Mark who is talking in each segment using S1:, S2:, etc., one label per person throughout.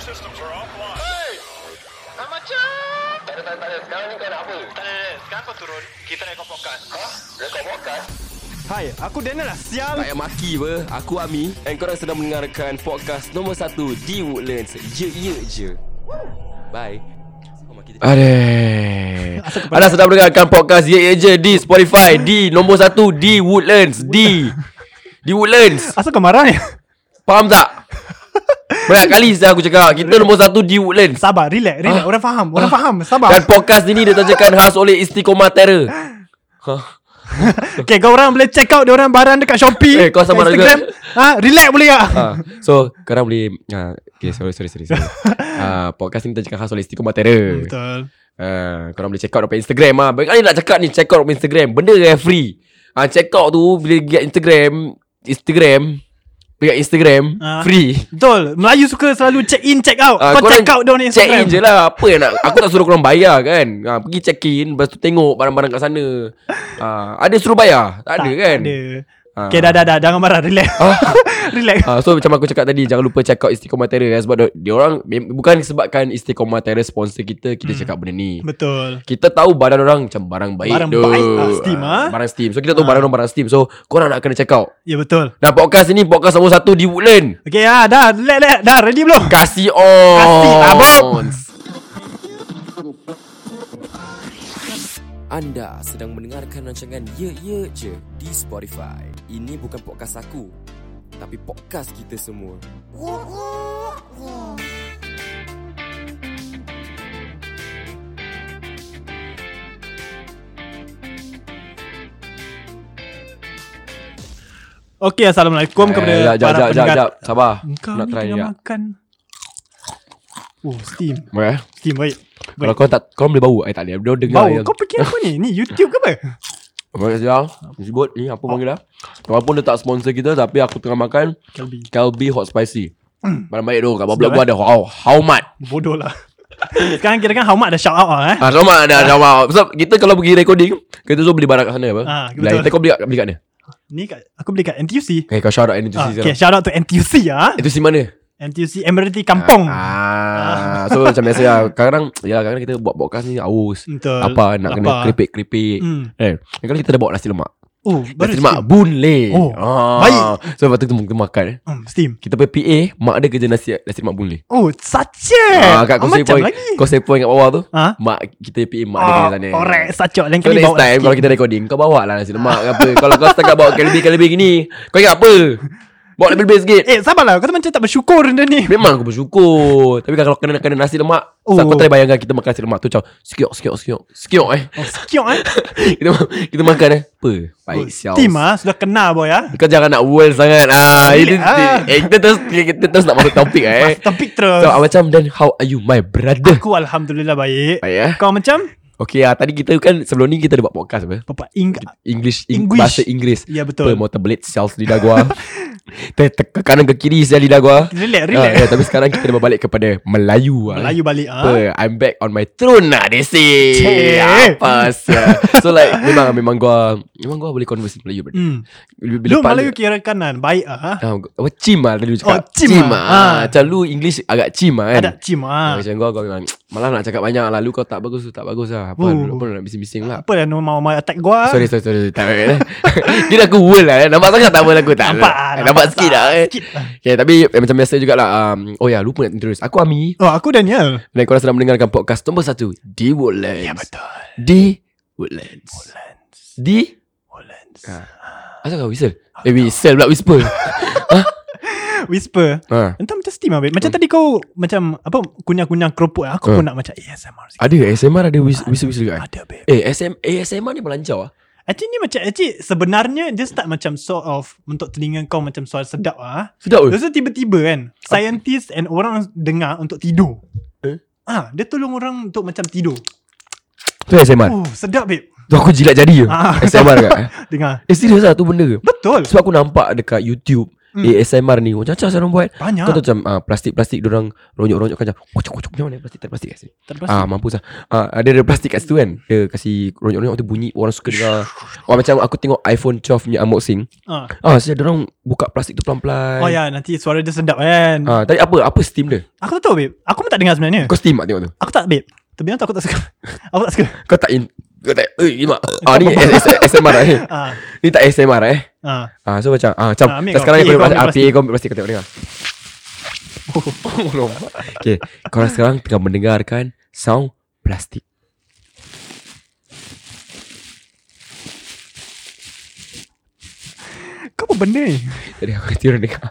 S1: systems are offline.
S2: Hey! Ah, macam.
S3: Tak ada, tak ada, tak ada. Sekarang ni kau nak apa?
S2: Tak ada, tak ada. Sekarang kau turun. Kita nak ikut podcast.
S3: Ha? Rekod podcast?
S4: Hai, aku Daniel lah
S5: Tak
S4: sial.
S5: payah maki apa Aku Ami And korang sedang mendengarkan Podcast nombor 1 Di Woodlands Ye ye je Bye Aduh Anda sedang mendengarkan podcast Ye Ye Je di Spotify Di nombor 1 di Woodlands Di Di Woodlands
S4: Asal kau marah ni?
S5: Faham tak? Banyak kali saya aku cakap Kita nombor 1 di Woodlands
S4: Sabar, relax, relax. Orang faham, orang faham. Sabar.
S5: Ah. Dan podcast ini diterjakan khas oleh Istiqomah Terror Ha,
S4: Okay, kau orang boleh check out dia orang barang dekat Shopee.
S5: Eh, kau
S4: kat
S5: sabar
S4: Instagram. Ha, relax boleh tak?
S5: ha. So korang boleh ha. Okay sorry sorry sorry, sorry. ha, Podcast ni diterjakan khas oleh Istiqomah Terror
S4: Betul.
S5: Ha, korang boleh check out dekat Instagram ah. Banyak kali nak cakap ni check out dekat Instagram. Benda yang free. Ha, check out tu bila pergi kat Instagram, Instagram, pergi kat Instagram
S4: Ah.
S5: free.
S4: Betul. Melayu suka selalu check in, check out.
S5: Ah,
S4: kau
S5: korang
S4: check out dia orang
S5: Check
S4: Instagram.
S5: in je lah Apa yang nak Aku tak suruh korang bayar kan ha, Pergi check in Lepas tu tengok Barang-barang kat sana ha, Ada suruh bayar Tak, ada kan
S4: Ada.
S5: Ha.
S4: Okay, dah, dah, dah. Jangan marah. Relax.
S5: Ah.
S4: relax.
S5: Ah, so macam aku cakap tadi Jangan lupa check out Istiqomah Terror eh, Sebab dia- dia orang mem- Bukan sebabkan Istiqomah Terror sponsor kita
S4: Hmm.
S5: Kita cakap benda ni
S4: Betul.
S5: kita tahu barang orang macam barang baik
S4: Barang
S5: tu.
S4: baik, ah, steam,
S5: Ah,
S4: ah.
S5: Barang steam. So kita tahu barang orang barang steam. So korang nak kena check out.
S4: Ya, betul.
S5: Dan podcast ni podcast nombor satu di Woodland.
S4: Okay, ha, dah. Relax, relax. Dah, ready belum?
S5: Kasih on.
S4: Kasih, tabuk.
S5: Anda sedang mendengarkan rancangan Ye Ye Je di Spotify. Ini bukan podcast aku, tapi podcast kita semua.
S4: Okay, Assalamualaikum kepada
S5: Eh, jap, jap,
S4: para
S5: jap, jap,
S4: pendengar.
S5: jap. Sabar.
S4: Kau
S5: Nak
S4: ni
S5: try ni.
S4: tengah
S5: jap.
S4: makan. Oh, steam.
S5: Boleh, eh?
S4: Steam, baik.
S5: Kalau
S4: Baik.
S5: kau tak kau boleh bau. Eh tak boleh. Dia orang dengar.
S4: Bau,
S5: yang-
S4: kau fikir apa ni? Ni YouTube ke apa?
S5: Terima kasih Al Sebut ni apa panggil lah Walaupun dia tak sponsor kita Tapi aku tengah makan
S4: Kalbi.
S5: Kalbi Hot Spicy
S4: Hmm.
S5: Barang baik tu Kat bawah blok
S4: Sedap,
S5: gua ada How, how much
S4: Bodoh lah Sekarang kira kan How much dah shout out lah eh
S5: Ah, sama ada ada wow. Sebab kita kalau pergi recording, kita tu beli barang kat sana apa?
S4: Ah,
S5: Ah,
S4: betul.
S5: kita kau beli kat beli kat mana?
S4: Ni kat, aku beli kat NTUC
S5: Eh, kau shout out NTUC
S4: ah,
S5: sekarang.
S4: Okay shout out to NTUC ah.
S5: lah. Itu si mana?
S4: NTUC Emirati Kampung
S5: Ah, so macam biasa lah. Kadang ya, kadang kita buat podcast ni aus.
S4: Betul
S5: Apa nak kena
S4: Lapar.
S5: keripik-keripik.
S4: Hmm.
S5: Eh, kadang kita dah bawa nasi lemak.
S4: Oh baru
S5: Nasi
S4: steam
S5: lemak Boon Leh.
S4: Oh,
S5: Ah.
S4: baik.
S5: So lepas tu kita kita makan. eh.
S4: hmm, Steam
S5: Kita pergi PA, mak dia kerja nasi nasi lemak Boon Leh.
S4: Oh sachet
S5: Ah, kat
S4: Ah,
S5: Causeway
S4: Macam
S5: Point.
S4: lagi
S5: Causeway Point kat bawah tu.
S4: Ah.
S5: Mak kita PA mak dia
S4: Oh,
S5: kerja sana.
S4: Korek sachet Lain
S5: Kau
S4: kali
S5: next
S4: bawa
S5: time
S4: sikit.
S5: Kalau kita recording Kau bawa lah nasi lemak ke apa Kalau kau setakat bawa kelebi-kelebi gini Kau ingat apa Bawa lebih-lebih sikit
S4: Eh sabarlah Kau tu macam tak bersyukur benda ni
S5: Memang aku bersyukur Tapi kalau kena kena nasi lemak
S4: Oh.
S5: oh. Kau try bayangkan kita makan nasi lemak tu Macam Sekiok, sekiok, sekiok Sekiok eh
S4: Oh sekiok eh
S5: kita, ma- kita makan eh Apa Baik
S4: Oh,
S5: sial
S4: Steam ah Sudah kenal boy ah
S5: Kau jangan nak world sangat
S4: Relax,
S5: ah, ini,
S4: ah.
S5: eh, kita terus Kita terus nak masuk topik eh
S4: Topik
S5: So ah,
S4: terus
S5: macam Then how are you my brother
S4: Aku Alhamdulillah baik
S5: Baik eh
S4: Kau macam
S5: Okay ah, tadi kita kan Sebelum ni kita ada buat podcast apa
S4: Papa Ing
S5: English, Eng-
S4: English.
S5: Bahasa Inggeris
S4: Ya, betul.
S5: Apa, Mau terbelit Sial lidah gua Ter ter- ke kanan ke kiri Sial lidah gua
S4: Relax
S5: Ah, ya,
S4: relax
S5: Tapi sekarang kita dah balik kepada Melayu ah.
S4: Melayu balik ah.
S5: apa, I'm back on my throne lah They say
S4: Cik.
S5: Apa sial So like Memang memang gua Memang gua boleh converse in Melayu bro.
S4: Hmm.
S5: Bila,
S4: Lu
S5: pas-
S4: Melayu kira kanan Baik ah.
S5: Ah, gua- apa cim lah tadi lu cakap
S4: Oh, cim ah.
S5: ah.
S4: Ah.
S5: Macam lu English agak cim lah kan
S4: Ada cim ah.
S5: Macam gua, gua memang Malah nak cakap banyak lah Lu kau tak bagus tu tak bagus lah Apa,
S4: Oh.
S5: lu pun nak bising-bising lah
S4: Apa yang mau mau attack gua?
S5: Sorry sorry sorry Tak apa eh. Kira aku world lah eh. Nampak sangat tak world aku tak
S4: Nampak ah,
S5: Nampak,
S4: nampak
S5: nampak sikit lah eh.
S4: Sikit.
S5: Okay tapi eh, macam biasa jugalah um, Oh ya lupa nak introduce Aku Ami
S4: Oh, aku Daniel.
S5: Dan korang sedang mendengarkan podcast nombor 1 Di Woodlands Ya betul Di Woodlands Woodlands Di
S4: Woodlands.
S5: ha. Asal kau whistle? Eh whistle pula whisper
S4: Whisper.
S5: ha.
S4: Entah macam steam abis. Macam tadi kau macam apa kunyah-kunyah keropok. Aku pun
S5: Hmm.
S4: nak macam ASMR sikit.
S5: Ada ASMR ada whis- whistle-whistle juga eh?
S4: Ada babe.
S5: Eh SM, ASMR ni melancau lah
S4: Actually ni macam actually sebenarnya dia start macam sort of untuk telinga kau macam suara sedap ah.
S5: Sedap ke?
S4: Lepas tu tiba-tiba kan scientist and orang dengar untuk tidur.
S5: Eh?
S4: Ah, dia tolong orang untuk macam tidur.
S5: Tu ASMR
S4: Oh, sedap babe.
S5: Tu aku jilat jari je
S4: Ah.
S5: ASMR kat eh?
S4: Dengar.
S5: Eh serius lah tu benda ke?
S4: Betul.
S5: Sebab aku nampak dekat YouTube
S4: Hmm.
S5: mm. ASMR ni Macam-macam saya orang buat
S4: Banyak.
S5: Kau tahu macam ah, Plastik-plastik Diorang ronyok-ronyokkan macam Kocok-kocok Macam mana plastik Tak ada plastik kat sini
S4: Terpaksa.
S5: Ah mampus lah ah, Ada ada plastik kat situ kan Dia kasi ronyok-ronyok tu bunyi Orang suka dengar oh, Macam aku tengok iPhone 12 punya unboxing
S4: Ah.
S5: Ah, saya orang buka plastik tu pelan-pelan.
S4: Oh ya nanti suara dia sedap kan
S5: Ah, tadi apa? Apa steam dia?
S4: Aku tak tahu babe Aku pun tak dengar sebenarnya
S5: Kau steam tak tengok tu?
S4: Aku tak babe Tapi aku tak suka Aku tak suka
S5: Kau tak in kau tak eh mak. Ah ni SMR eh.
S4: Ah,
S5: Ni tak SMR eh.
S4: ah.
S5: Ah so macam ah macam
S4: Ah, ambil
S5: tak
S4: kau.
S5: sekarang
S4: PA
S5: kau
S4: kau
S5: ambil
S4: ambil
S5: plastik, ah, PA kau ambil plastik kau tengok dengar. Oh, lompat. Okay, korang sekarang tengah mendengarkan sound plastik.
S4: Kau apa benda ni
S5: Tadi aku kasi orang dengar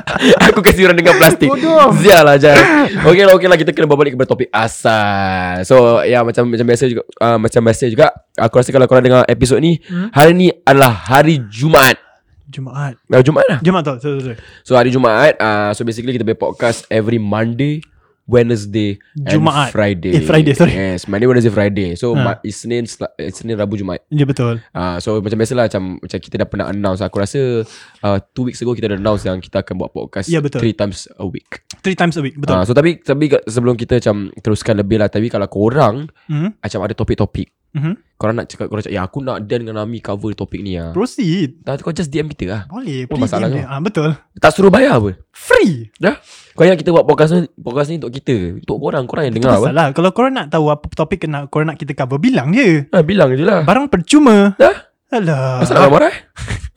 S5: Aku kasi orang dengar plastik
S4: Bodoh.
S5: Zialah Jan Okay lah okay lah Kita kena berbalik kepada topik asal So ya macam macam biasa juga uh, Macam biasa juga Aku rasa kalau korang dengar episod ni hmm? Hari ni adalah hari Jumaat
S4: Jumaat
S5: Nah, Jumaat lah
S4: Jumaat tau Sorry sorry
S5: So hari Jumaat uh, So basically kita punya podcast Every Monday Wednesday
S4: Jumaat.
S5: and Friday
S4: Eh, Friday, sorry.
S5: Yes Monday Wednesday Friday So
S4: Ha.
S5: ha. Isnin Sel- eh, Isnin Rabu Jumaat
S4: Ya betul
S5: Ah, so macam biasalah macam macam kita dah pernah announce aku rasa uh, two weeks ago kita dah announce yang kita akan buat podcast
S4: Ya, betul.
S5: three times a week.
S4: Three times a week Betul
S5: Ah, so tapi tapi ke- sebelum kita macam teruskan lebih lah tapi kalau korang
S4: Mhm,
S5: macam ada topik-topik
S4: mhm.
S5: korang nak cakap korang cakap ya aku nak Dan dengan Ami cover topik ni ah.
S4: Proceed
S5: Tak kau just DM kita lah
S4: Boleh
S5: Apa
S4: Please
S5: masalah
S4: DM dia.
S5: kau?
S4: ah, Betul
S5: Tak suruh bayar apa.
S4: Free
S5: Dah. Kau ingat kita buat podcast ni podcast ni untuk kita, untuk korang, korang yang
S4: Itu
S5: dengar
S4: pasal
S5: apa.
S4: lah Kalau korang nak tahu Apa topik kena, korang nak kita cover Bilang je
S5: Ah, bilang je lah.
S4: Barang percuma
S5: Dah.
S4: Alah
S5: Asal nak marah-marah? eh?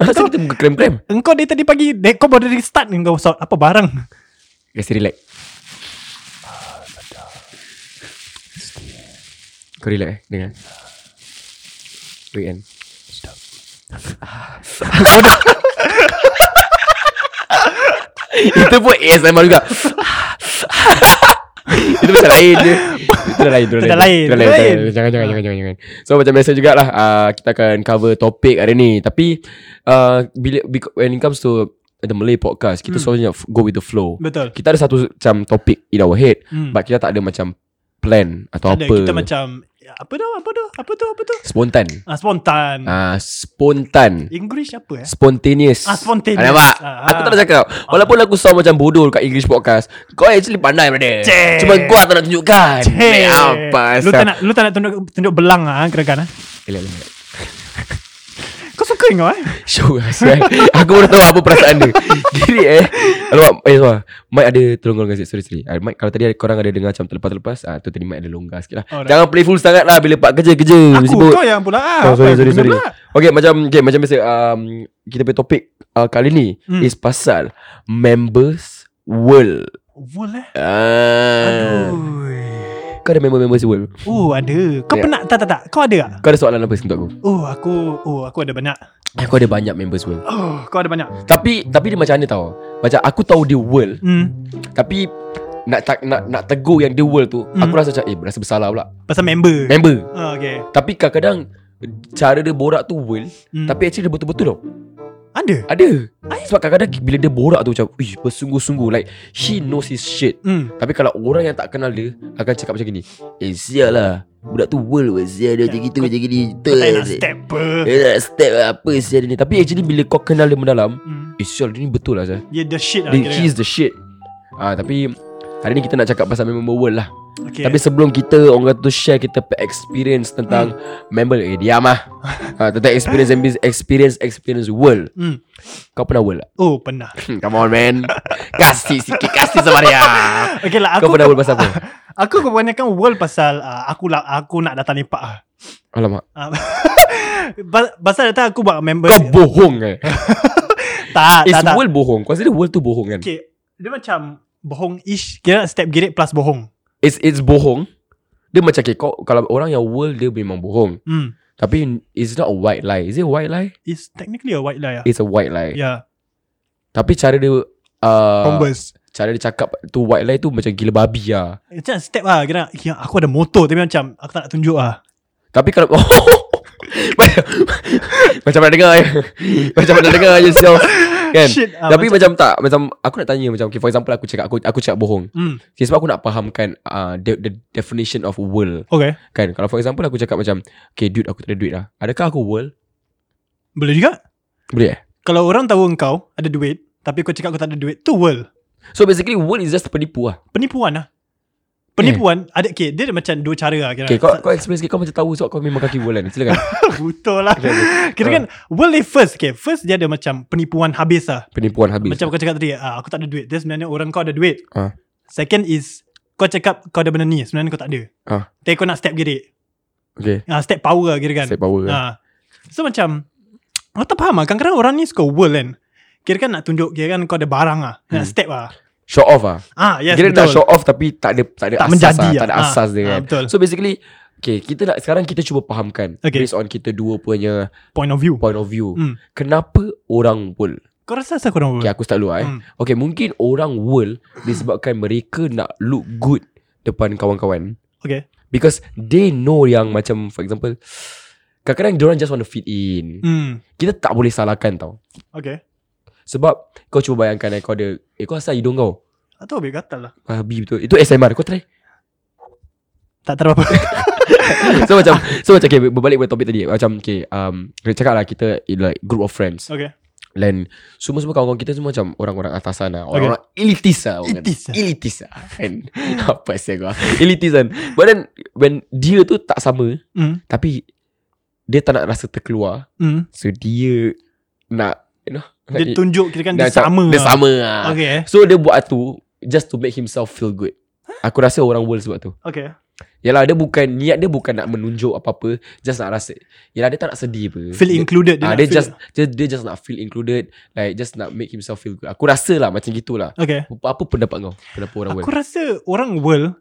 S5: Asal kita muka krem-krem?
S4: Engkau dari tadi pagi dek- Kau baru dari start ni Kau sort apa barang
S5: Kasi relax Kau relax eh kan? Dengan Weekend Itu pun ASMR juga Itu macam lain je Itu dah lain Itu
S4: Itu dah lain,
S5: Itu
S4: itu
S5: dah lain,
S4: lain.
S5: Jangan jangan jangan jangan jangan So macam biasa jugalah uh, Kita akan cover topik hari ni Tapi uh, bila, bec- When it comes to The Malay podcast Kita selalu nak f- go with the flow
S4: Betul
S5: kita ada satu macam topik in our head
S4: Hmm.
S5: hmm. but kita tak ada macam plan atau
S4: Ada
S5: apa
S4: kita macam ya, Apa tu Apa tu Apa tu Apa tu
S5: spontan
S4: ah, Spontan
S5: ah spontan
S4: English apa eh
S5: spontaneous
S4: Ah, spontaneous.
S5: ah, nampak
S4: Ah,
S5: aku
S4: ah.
S5: tak nak cakap walaupun aku sound macam bodoh kat English podcast kau actually pandai brother
S4: Cik.
S5: cuma kau tak nak tunjukkan Eh,
S4: Hey,
S5: apa Eh,
S4: lu tak nak lu tak nak tunjuk tunjuk belang ah kerakan ah. Kau suka kau eh?
S5: Show us kan Aku baru tahu apa perasaan dia Gini eh Alamak Eh suara Mike ada terlonggar sikit Sorry sorry Ah, Mike kalau tadi korang ada dengar Macam terlepas-terlepas ah, Tu tadi Mike ada longgar sikit lah
S4: Alright.
S5: Jangan playful sangat lah Bila part kerja-kerja
S4: Aku
S5: Sibuk.
S4: kau yang pula ah. Apa
S5: Oh, sorry,
S4: yang
S5: sorry,
S4: benda
S5: sorry.
S4: pula?
S5: Okay, macam okay, macam biasa um, kita punya topik uh, kali ni
S4: Hmm.
S5: hmm. is pasal members world.
S4: Boleh.
S5: Ah.
S4: eh? Aduh.
S5: Kau ada member members world?
S4: Oh, ada. Kau
S5: Ya.
S4: pernah tak tak tak. Kau ada tak?
S5: Kau ada soalan apa untuk aku?
S4: Oh, aku oh aku ada banyak.
S5: Aku ada banyak members world.
S4: Oh, kau ada banyak.
S5: Tapi tapi dia macam mana tau? Macam aku tahu dia world
S4: Hmm.
S5: tapi nak tak nak nak tegur yang dia world tu
S4: Hmm.
S5: aku rasa macam eh rasa bersalah pula.
S4: Pasal member.
S5: Member.
S4: Oh, okay.
S5: Tapi kadang-kadang cara dia borak tu world
S4: Hmm.
S5: tapi actually dia betul-betul tau.
S4: ada.
S5: Ada. Sebab kadang-kadang bila dia borak tu macam Uish bersungguh-sungguh Like he knows his shit
S4: Hmm.
S5: Tapi kalau orang yang tak kenal dia Akan cakap macam gini Eh sial lah Budak tu world pun Sial dia macam gitu macam gini
S4: Kau tak nak
S5: Ter-
S4: step ber.
S5: Dia nak step lah, apa sial dia ni Tapi actually bila kau kenal dia mendalam
S4: Hmm.
S5: Eh sial dia ni betul lah sial
S4: Dia the shit lah
S5: Dia,
S4: kira.
S5: He is the shit Ah Tapi Hari ni kita nak cakap pasal member world lah
S4: Okay.
S5: yeah. Tapi sebelum kita Orang kata tu share kita punya experience Tentang
S4: Hmm.
S5: Member Eh diam lah ha, Tentang experience Experience Experience world
S4: hmm.
S5: Kau pernah world tak?
S4: Oh, pernah.
S5: Hmm, Come on man Kasih sikit Kasih semaria
S4: Okay lah aku
S5: Kau pernah world pasal apa?
S4: Aku kebanyakan world pasal uh, aku lah aku nak datang lepak ah.
S5: Alamak
S4: Ah, Pas- Pasal datang aku buat member
S5: Kau bohong eh
S4: Tak
S5: It's
S4: tak tak
S5: world bohong Kau rasa dia world tu bohong kan
S4: Okay Dia macam Bohong-ish Kira step girik plus bohong
S5: It's it's bohong Dia macam okay, kau, Kalau orang yang world Dia memang bohong
S4: hmm.
S5: Tapi It's not a white lie Is it a white lie?
S4: It's technically a white lie lah
S5: It's a white lie
S4: Yeah
S5: Tapi cara dia uh,
S4: Converse
S5: Cara dia cakap Tu white lie tu Macam gila babi lah
S4: Macam step lah Kira kira aku ada motor Tapi macam Aku tak nak tunjuk lah
S5: Tapi kalau Macam Macam mana dengar je Macam mana dengar je sial Kan
S4: Shit, ah,
S5: Tapi macam, tak Macam Aku nak tanya macam okay, For example aku cakap Aku aku cakap bohong
S4: hmm.
S5: okay, Sebab aku nak fahamkan uh, the, the definition of world
S4: Okay
S5: Kan Kalau for example aku cakap macam Okay dude aku tak ada duit lah Adakah aku world
S4: Boleh juga
S5: Boleh eh
S4: Kalau orang tahu engkau Ada duit Tapi kau cakap kau tak ada duit Tu world
S5: So basically world is just penipu lah
S4: Penipuan lah Penipuan ada okay, Dia ada macam dua cara lah kira.
S5: Eh. Okay kau, kau explain sikit Kau macam tahu sebab kau memang kaki world kan Silakan
S4: Betul lah Kira kan World ni first okay, First dia ada macam Penipuan habis lah
S5: Penipuan habis
S4: Macam kau cakap tadi ah, Aku tak ada duit Dia sebenarnya orang kau ada duit
S5: Ah.
S4: Second is Kau cakap kau ada benda ni Sebenarnya kau tak ada
S5: Ah.
S4: Tapi kau nak step gerik
S5: Okay
S4: ah, Step power lah kira kan
S5: Step power lah.
S4: ah. So macam Aku tak faham lah Kadang-kadang orang ni suka world kan Kira kan nak tunjuk Kira kan kau ada barang lah Nak step lah
S5: Show off lah
S4: Ah, yes,
S5: Hmm. Kira
S4: betul.
S5: nak show off Tapi tak ada Tak ada
S4: Tak
S5: asas
S4: menjadi
S5: lah, Tak
S4: lah.
S5: ada
S4: Ah,
S5: asas dia
S4: ah,
S5: kan
S4: betul.
S5: So basically Okay kita nak Sekarang kita cuba fahamkan
S4: Okay.
S5: Based on kita dua punya
S4: Point of view
S5: Point of view
S4: Hmm.
S5: Kenapa orang world
S4: Kau rasa asal korang
S5: Okay
S4: world?
S5: aku start dulu lah, eh
S4: Hmm.
S5: Okay mungkin orang world Disebabkan mereka nak look good Depan kawan-kawan
S4: Okay.
S5: Because they know yang macam For example Kadang-kadang diorang just want to fit in
S4: Hmm.
S5: Kita tak boleh salahkan tau
S4: Okay
S5: Sebab Kau cuba bayangkan eh Kau ada Eh kau asal hidung kau
S4: Atau habis gatal lah
S5: Babi betul Itu SMR Kau try
S4: Tak tahu apa
S5: So macam So macam okay, Berbalik pada topik tadi Macam okay um, Kita cakap lah Kita in like Group of friends
S4: Okay
S5: Then Semua-semua kawan-kawan kita Semua macam Orang-orang atasan lah Orang-orang elitis lah orang kata.
S4: Elitis lah.
S5: Elitis lah kan Apa saya kau Elitis kan But then When dia tu tak sama
S4: Hmm.
S5: Tapi Dia tak nak rasa terkeluar
S4: Hmm.
S5: So dia Nak You know
S4: Dia
S5: nak-
S4: tunjuk kira kan dia,
S5: macam-
S4: sama
S5: Dia
S4: lah.
S5: sama lah
S4: Okay eh
S5: So dia buat tu Just to make himself feel good Aku rasa orang world sebab tu
S4: Okay
S5: Yalah dia bukan Niat dia bukan nak menunjuk apa-apa Just nak rasa Yalah dia tak nak sedih apa
S4: Feel included
S5: dia, ah,
S4: nak
S5: dia
S4: feel-
S5: just dia, dia just nak feel included Like just nak make himself feel good Aku rasa lah macam gitulah
S4: Okay
S5: apa, apa pendapat kau Kenapa orang
S4: Aku
S5: world
S4: rasa orang world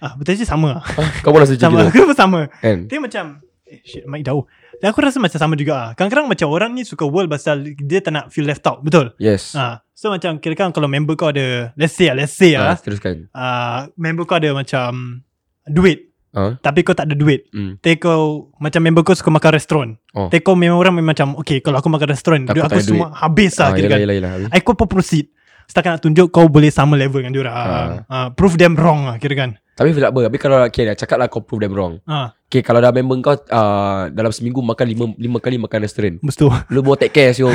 S4: ah, Betul je sama lah
S5: Kau pun rasa macam
S4: Sama
S5: gitu
S4: Aku pun sama
S5: kan
S4: Dia macam Eh shit mic dah Dan aku rasa macam sama juga ah. Kadang-kadang macam orang ni suka world Pasal dia tak nak feel left out Betul
S5: Yes ah,
S4: ah, So macam kira kan kalau member kau ada Let's say lah Let's say lah
S5: Teruskan
S4: ah, Member kau ada macam Duit
S5: Ah.
S4: Tapi kau tak ada duit
S5: Hmm.
S4: Tapi kau Macam member kau suka makan restoran
S5: Oh.
S4: Tapi kau memang orang memang macam Okay kalau aku makan restoran Duit
S5: Takut tak
S4: aku
S5: ada
S4: semua habis lah
S5: ah,
S4: kira
S5: Yelah
S4: kan
S5: yelah yelah
S4: I kau pun proceed Setakat nak tunjuk Kau boleh sama level dengan diorang
S5: Ah.
S4: uh. Uh, Prove them wrong lah Kira kan
S5: Tapi tak apa Tapi kalau okay, dah Cakap lah kau prove them wrong
S4: uh,
S5: Okay kalau dah member kau uh, Dalam seminggu makan lima, lima kali makan restoran
S4: Lepas tu
S5: Lu bawa take care yo. Eh,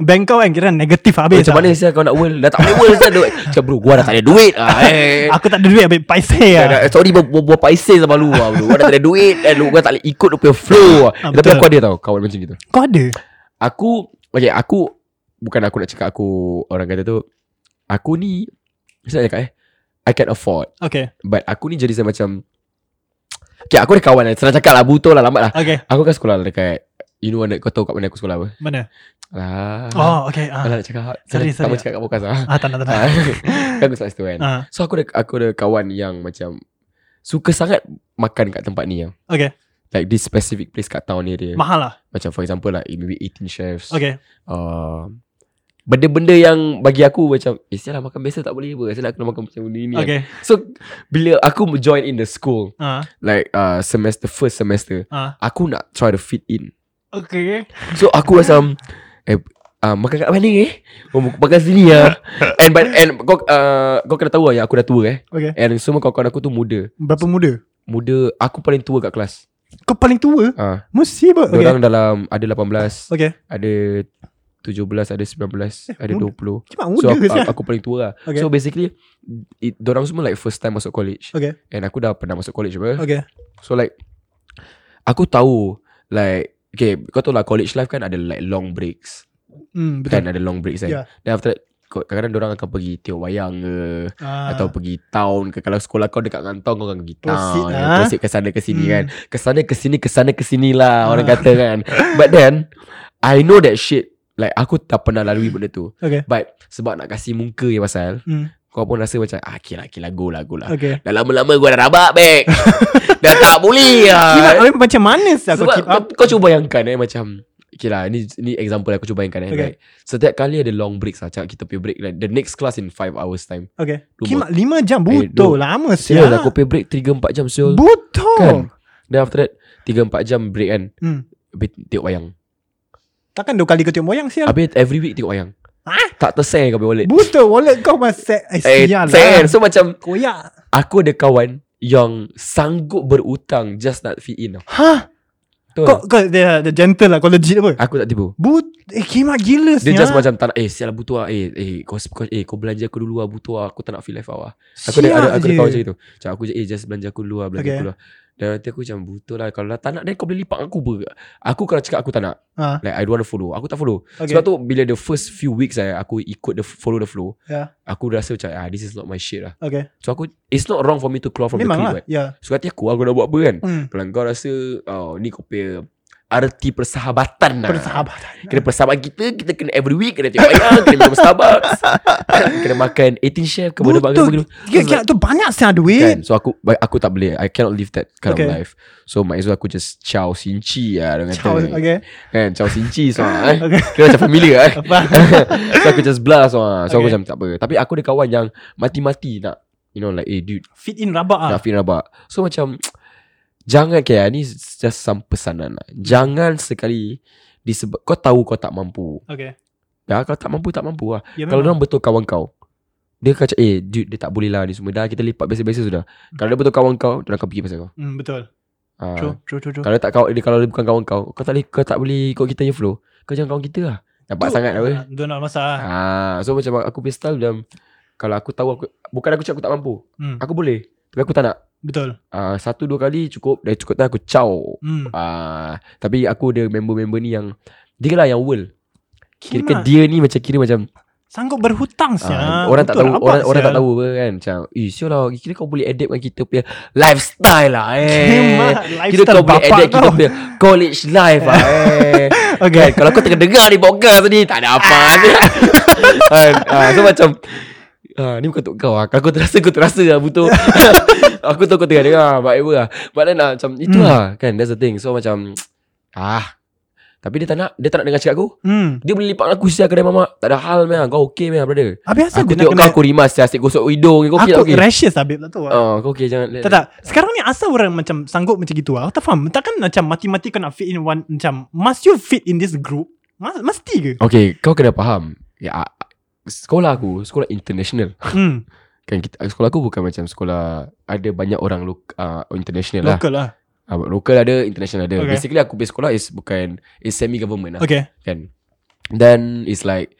S4: Bank kau kan Kira kan negatif lah habis
S5: Macam
S4: lah.
S5: mana saya kau nak world Dah tak boleh world saya duit Macam bro gua dah tak ada duit ah, eh.
S4: Aku tak ada duit Habis paiseh
S5: Dah,
S4: lah
S5: dah, sorry buat buat buat paisen sama lu ah, bro. Gua dah tak ada duit dan lu gua tak boleh ikut lu punya flow. ah.
S4: Ah,
S5: Tapi
S4: betul.
S5: aku ada tau kawan macam gitu.
S4: Kau ada
S5: Aku okay aku bukan aku nak cakap aku orang kata tu aku ni macam nak cakap eh I can afford
S4: Okay
S5: but aku ni jadi macam Okay aku ada kawan lah Senang cakap lah Butuh lah lambat lah
S4: Okay
S5: Aku kan sekolah dekat You know mana Kau tahu kat mana aku sekolah apa
S4: Mana
S5: Alah
S4: Oh okay uh.
S5: Alah nak cakap
S4: Sorry,
S5: Tak
S4: sorry.
S5: boleh cakap kat podcast lah
S4: Ah, tak nak tak nak
S5: Ah, Kan aku selalu situ kan
S4: Ah.
S5: So aku ada, aku ada kawan yang macam Suka sangat makan kat tempat ni yang
S4: Okay
S5: Like this specific place kat town ni dia
S4: Mahal lah
S5: Macam for example lah like, Maybe 18 chefs
S4: Okay
S5: uh, Benda-benda yang bagi aku macam Eh sialah makan biasa tak boleh apa Saya nak kena makan macam benda ni kan.
S4: Okay
S5: So bila aku join in the school
S4: uh,
S5: Like uh, semester First semester
S4: Ah.
S5: Aku nak try to fit in
S4: Okay
S5: So aku macam Eh Uh, makan kat mana eh oh, Makan sini lah And but and kau, uh, kau kena tahu lah Yang aku dah tua eh
S4: Okay
S5: And semua kawan-kawan aku tu muda
S4: Berapa muda
S5: Muda Aku paling tua kat kelas
S4: Kau paling tua
S5: ha,
S4: Musibah
S5: okay. Orang dalam Ada 18 okay.
S4: Okay
S5: Ada 17 Ada 19 Ada
S4: Eh, muda.
S5: 20
S4: Cuma
S5: So
S4: muda
S5: aku,
S4: so,
S5: aku paling tua lah
S4: Okay.
S5: okay. So basically it, Dorang semua like First time masuk college
S4: Okay.
S5: And aku dah pernah masuk college apa
S4: Okay
S5: So like Aku tahu Like Okay Kau tahu lah college life kan Ada like long breaks
S4: hmm,
S5: Betul. Kan
S4: Betul
S5: ada long breaks kan
S4: Yeah.
S5: yeah. Then after that kau- Kadang-kadang dorang akan pergi Tengok wayang ke
S4: Ah,
S5: Atau pergi town ke Kalau sekolah kau dekat Ngantong Kau akan pergi town
S4: Proceed
S5: Proceed,
S4: lah.
S5: proceed ke sana ke sini
S4: Hmm.
S5: kan Ke sana ke sini Ke sana ke sini lah Orang
S4: Ah.
S5: kata kan But then I know that shit Like aku tak pernah lalui benda tu
S4: Okay
S5: But Sebab nak kasih muka je pasal
S4: Hmm.
S5: Kau pun rasa macam ah, Okay lah okay lah Go lah go lah
S4: Okay
S5: Dah lama-lama gua dah rabak back Dah tak boleh
S4: Kimak,
S5: lah
S4: habis macam mana sah kau
S5: Sebab
S4: keep
S5: kau,
S4: up
S5: kau cuba bayangkan eh Macam Okay lah ni, ni example aku cuba bayangkan eh
S4: Okay.
S5: okay. like, Setiap kali ada long breaks lah Cakap kita punya break like, The next class in 5 hours time
S4: Okay
S5: Dua Eh,
S4: Kimak 5 jam Butuh
S5: dua.
S4: lama
S5: Serius
S4: siap
S5: aku pay break 3-4 jam siul
S4: Butuh
S5: Kan Then after that 3-4 jam break kan
S4: Hmm.
S5: Habis tengok wayang
S4: Takkan dua kali kau tengok moyang sial
S5: Habis every week tengok wayang
S4: Ha?
S5: Tak terseng kau punya wallet
S4: Buta wallet kau masih Eh
S5: Eh
S4: sial
S5: sen.
S4: lah
S5: So macam
S4: Koyak
S5: Aku ada kawan Yang sanggup berutang Just nak fit in tau.
S4: Hah
S5: Betul.
S4: Kau, kau dia, dia gentle lah Kau legit apa
S5: Aku tak tipu
S4: But Eh kimak gila
S5: Ah. Dia
S4: sebenarnya.
S5: just macam tak nak Eh sial lah butuh lah Eh, eh kau, kau, eh, kau belanja aku dulu lah Butuh lah Aku tak nak feel left out lah Aku ada,
S4: Siap
S5: ada, aku ada
S4: je.
S5: kawan macam gitu Macam aku je Eh just belanja aku dulu lah Belanja
S4: Okay.
S5: okay. aku dulu lah Dan nanti aku macam Butuh lah Kalau tak nak Then kau boleh lipat aku ber. Aku kalau cakap aku tak nak
S4: Ah,
S5: Like I don't want to follow Aku tak follow okay.
S4: okay.
S5: Sebab tu bila the first few weeks saya Aku ikut the follow the flow
S4: Yeah.
S5: Aku rasa macam ah, This is not my shit lah
S4: Ya, Okay
S5: So aku It's not wrong for me to keluar from
S4: Memang
S5: the
S4: lah
S5: clique right?
S4: Ya
S5: So hati aku Aku nak buat apa kan
S4: Hmm.
S5: Kalau kau rasa oh, Ni kau punya Arti persahabatan lah
S4: Persahabatan
S5: Kena persahabat kita Kita kena every week Kena tiap bayang Kena minum Starbucks Kena makan 18 chef Ke benda
S4: Betul
S5: bagus
S4: Kira- kira tu banyak siapa duit
S5: kan so aku ba- aku tak boleh I cannot live that kind
S4: Eh? Okay.
S5: okay. of life so might as well aku just chow sinci lah orang
S4: Ciao,
S5: kata
S4: okay.
S5: kan chow sinci so eh
S4: Okay.
S5: kira macam familiar eh
S4: Faham.
S5: so aku just blast so, ah. so
S4: Okay.
S5: aku macam tak apa tapi aku ada kawan yang mati-mati nak you know like eh dude
S4: Fit in rabak ah.
S5: nak Fina rabak so macam jangan okay, ni just some pesanan lah. jangan sekali disebab kau tahu kau tak mampu
S4: Okay.
S5: Ya kalau tak mampu tak mampu lah
S4: Ya,
S5: Kalau
S4: memang.
S5: orang betul kawan kau Dia akan cakap Eh dude dia tak boleh lah ni semua Dah kita lipat biasa-biasa sudah Kalau dia betul kawan kau Dia akan pergi pasal kau
S4: Hmm, betul.
S5: ha.
S4: True, true, true, true.
S5: Kalau tak kawan dia, Kalau dia bukan kawan kau Kau tak boleh Kau tak boleh ikut kita punya flow Kau jangan kawan kita lah Nampak
S4: Tu-
S5: sangat apa
S4: ah, Tu nak masalah.
S5: ha. So macam aku punya style macam Kalau aku tahu aku Bukan aku cakap aku tak mampu
S4: Hmm,
S5: Aku boleh Tapi aku tak nak
S4: betul.
S5: ha. Satu dua kali cukup Dah cukup tak aku caw
S4: Hmm.
S5: ha. Tapi aku ada member-member ni yang Dia lah yang world Kira-kira
S4: Kimak.
S5: dia ni macam kira macam
S4: Sanggup berhutang sia.
S5: Ah, orang tak
S4: Betul
S5: tahu
S4: rabak,
S5: orang orang
S4: sia.
S5: tak tahu apa kan macam eh sial lah kira kau boleh adapt dengan kita punya lifestyle lah eh
S4: Kimak,
S5: kira
S4: lifestyle
S5: kau boleh
S4: bapak
S5: adapt kita
S4: kau.
S5: punya college life lah eh
S4: Okay.
S5: kan kalau kau tengah dengar ni podcast ni tak ada apa ni kan ah, so macam ah, ni bukan untuk kau lah. Aku terasa Aku terasa lah Butuh Aku tahu kau tengah dengar Whatever lah But then lah Macam itu
S4: Hmm.
S5: lah Kan that's the thing So macam Ah Tapi dia tak nak Dia tak nak dengar cakap aku
S4: Hmm.
S5: Dia boleh lipat aku Sial kedai mamak Tak ada hal meh Kau okay meh brother
S4: Habis asal
S5: Aku
S4: dia nak
S5: tengok
S4: kena
S5: kau aku rimas Saya asyik gosok hidung Kau okay tak
S4: Aku
S5: okay
S4: rashes Habib tak tahu ah.
S5: Oh, kau okay jangan
S4: Tak tak Sekarang ni asal orang macam Sanggup macam gitu lah Aku tak faham Takkan macam mati-mati Kau nak fit in one Macam Must you fit in this group Mas, Mesti ke
S5: Okay kau kena faham Ya a- Sekolah aku Sekolah international
S4: hmm,
S5: Kan kita, Sekolah aku bukan macam sekolah Ada banyak orang lo, uh, International lah
S4: Local lah
S5: uh, Local ada International
S4: Okay.
S5: ada okay. Basically aku punya sekolah Is bukan Is semi-government lah okay.
S4: Okay
S5: Kan Then It's like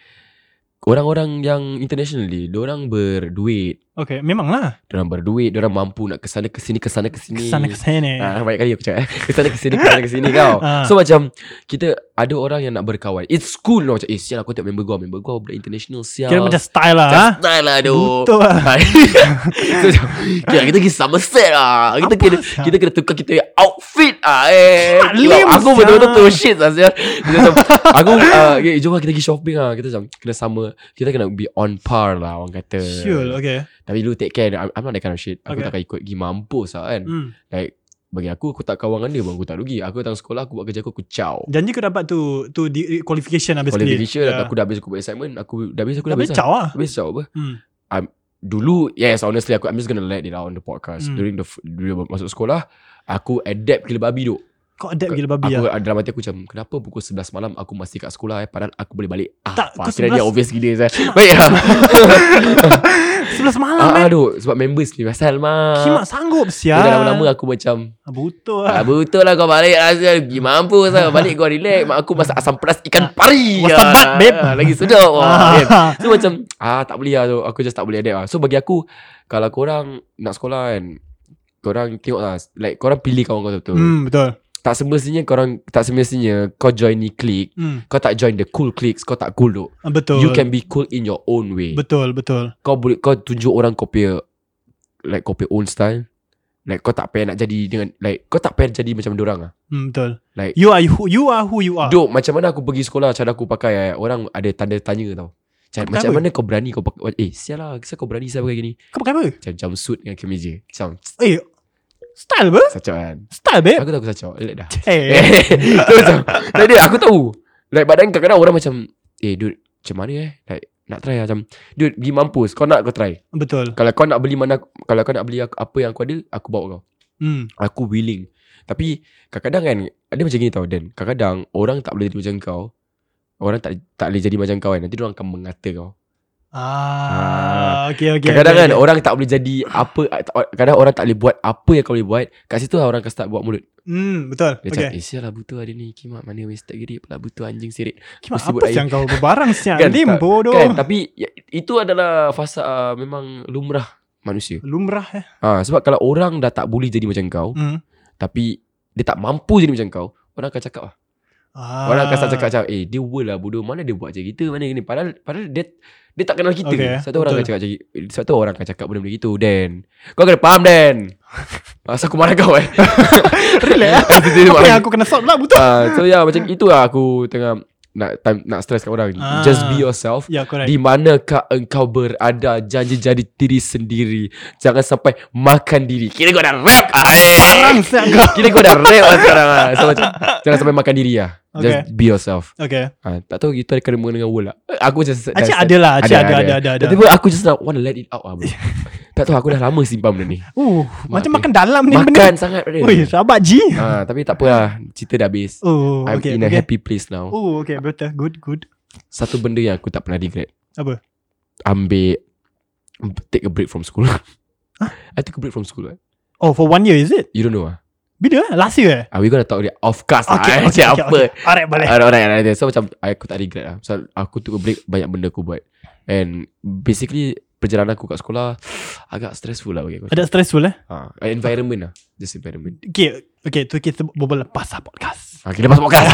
S5: Orang-orang yang Internationally Diorang berduit
S4: Okay Memang lah
S5: Diorang berduit Diorang mampu nak kesana kesini Kesana kesini
S4: Kesana kesini
S5: Ah, banyak kali aku cakap eh. Kesana kesini Kesana kesini kau
S4: Ah.
S5: So macam Kita ada orang yang nak berkawan It's cool tau Macam eh sial aku tengok member gua Member gua budak international sial
S4: Kira macam style lah
S5: Macam
S4: ah.
S5: style lah tu
S4: Betul lah.
S5: so, macam, kira kita pergi Somerset lah Kita
S4: Apa
S5: kena
S4: sial?
S5: Kita kena tukar kita punya outfit lah eh
S4: Tak
S5: Kira,
S4: lame
S5: Aku
S4: sial.
S5: betul-betul tu shit lah sial Kita macam, Aku ah, okay, Jom lah kita pergi shopping lah Kita macam Kena sama Kita kena be on par lah Orang kata
S4: Sure okay
S5: Tapi lu take care I'm, I'm not that kind of shit Aku
S4: Okay.
S5: takkan ikut Pergi mampus lah kan
S4: hmm.
S5: Like Bagi aku Aku tak kawan dengan dia pun Aku tak rugi Aku datang sekolah Aku buat kerja aku Aku caw
S4: Janji kau dapat tu tu di, qualification lah
S5: Kalau
S4: basically.
S5: di Malaysia
S4: Ya.
S5: Aku dah habis Aku buat assignment Aku dah habis Aku dah
S4: Tapi
S5: habis lah.
S4: caw lah.
S5: Habis caw apa
S4: Hmm.
S5: Dulu Yes honestly aku, I'm just gonna let it out On the podcast
S4: Hmm.
S5: During the f- During masuk sekolah Aku adapt gila babi duk
S4: Kau adapt gila babi
S5: Aku
S4: lah.
S5: ah, dalam hati aku macam Kenapa pukul 11 malam Aku masih kat sekolah eh Padahal aku boleh balik ah,
S4: Tak,
S5: fuck,
S4: pukul
S5: Kira dia
S4: 11.
S5: obvious gila saya. Baik lah
S4: Sebelas malam
S5: ah,
S4: kan.
S5: Aduh Sebab members ni Pasal mah
S4: Kimak ya. sanggup
S5: Dah
S4: sial.
S5: lama-lama lah. aku macam
S4: Butuh lah.
S5: Ah, betul lah kau balik lah Azal. Pergi mampus lah Balik kau relax Mak aku masak asam pedas ikan pari
S4: Wasabat,
S5: Ah,
S4: babe.
S5: Lagi sedap
S4: Ah.
S5: ah. kan? So macam ah Tak boleh lah tu Aku just tak boleh adapt lah So bagi aku Kalau korang Nak sekolah kan Korang tengok lah Like korang pilih kawan kau betul hmm.
S4: Hmm betul.
S5: Tak semestinya korang Tak semestinya Kau join ni clique
S4: Hmm ah,
S5: Kau tak join the cool cliques Kau tak cool duk
S4: betul.
S5: You can be cool in your own way
S4: Betul betul.
S5: Kau boleh Kau tunjuk orang kau punya Like kau punya own style Like kau tak payah nak jadi dengan Like kau tak payah jadi macam dorang lah
S4: Hmm betul.
S5: Like-
S4: you are who you are who you are.
S5: Dok macam mana aku pergi sekolah Cara aku pakai eh, Orang ada tanda tanya tau Macam,
S4: Kenapa?
S5: macam mana kau berani kau pakai Eh sial lah Kenapa kau berani saya pakai gini
S4: Kau pakai apa?
S5: Macam jumpsuit dengan kemeja Macam
S4: Eh style ber?
S5: sacok kan
S4: Style babe.
S5: Aku tahu aku sacok Relax dah
S4: Eh
S5: Eh so, macam Tak ada aku tahu Like badan kadang-kadang orang macam Eh dude Macam mana eh Like nak try lah macam Dude pergi mampus Kau nak kau try
S4: betul.
S5: Kalau kau nak beli mana Kalau kau nak beli aku, apa yang aku ada Aku bawa kau
S4: Hmm
S5: Aku willing Tapi Kadang-kadang kan Ada macam gini tau Dan Kadang-kadang Orang tak boleh jadi macam kau Orang tak tak boleh jadi macam kau kan Nanti orang akan mengata kau
S4: Ah, okay, okay.
S5: Kadang-kadang
S4: okay,
S5: kan
S4: okay.
S5: orang tak boleh jadi apa Kadang orang tak boleh buat Apa yang kau boleh buat Kat situ lah orang akan start buat mulut
S4: Hmm, betul.
S5: Dia
S4: okay.
S5: cakap Eh sial lah butuh hari ni Kimak mana wasted giri Pula butuh anjing sirik
S4: Kimak,
S5: mesti buat
S4: apa
S5: air.
S4: yang kau berbarang siang?
S5: Kan,
S4: Lim
S5: tak-
S4: bodoh.
S5: Kan tapi ya, Itu adalah fasa uh, Memang lumrah manusia
S4: Lumrah eh.
S5: ha, Sebab kalau orang dah tak boleh jadi macam kau
S4: Hmm.
S5: Tapi Dia tak mampu jadi macam kau Orang akan cakap lah
S4: Ah.
S5: Orang akan start cakap macam Eh dia world lah bodoh Mana dia buat macam kita Mana gini Padahal Padahal dia Dia tak kenal kita
S4: Okay,
S5: okay, Satu orang
S4: betul.
S5: akan cakap macam Sebab tu orang akan cakap benda-benda gitu Dan Kau kena faham Dan Asal aku marah kau eh
S4: Relax ah.
S5: Aku jadi
S4: Apa
S5: marah.
S4: yang aku kena sort lah betul.
S5: Ah, So yeah macam itulah aku tengah Nak time, nak stress kat orang
S4: Ah.
S5: Just be yourself
S4: Ya, correct.
S5: di manakah engkau berada Janji jadi diri sendiri Jangan sampai makan diri Kira kau dah rap
S4: Barang
S5: ah.
S4: siang kau.
S5: Kira kau dah rap lah sekarang ah. so, macam, Jangan sampai makan diri lah
S4: Okay.
S5: Just be yourself
S4: Okay.
S5: ah, Tak tahu itu ada kena mengena dengan world lah Aku just
S4: Actually ada lah. Actually ada, ada, ada. ada.
S5: Tiba-tiba aku just nak want to let it out lah bro. tak tahu aku dah lama simpan benda ni
S4: Uh, macam makan
S5: Mati.
S4: dalam ni Oh, ya. benda.
S5: Makan sangat brother
S4: Ui, sabar Ji.
S5: ah, Tapi tak apalah Cerita dah habis
S4: Oh,
S5: I'm
S4: okay.
S5: in a
S4: okay.
S5: happy place now
S4: Oh, okay, betul. Good, good.
S5: Satu benda yang aku tak pernah regret
S4: Apa?
S5: ambil take a break from school. I took a break from school. Right?
S4: Oh, for one year is it?
S5: You don't know ah.
S4: Bila? eh? Last year eh?
S5: Are we gonna talk dia off cast lah. Okay, apa?
S4: Alright, boleh.
S5: Alright, alright, alright. So macam I- aku tak regret lah. So aku took a break banyak benda aku buat. And basically perjalanan aku kat sekolah agak stressful lah bagi aku.
S4: Ada stressful eh?
S5: Ha, environment lah. Just environment.
S4: Okay, okay. Tu kita berbual pasal podcast.
S5: Okay, lepas podcast.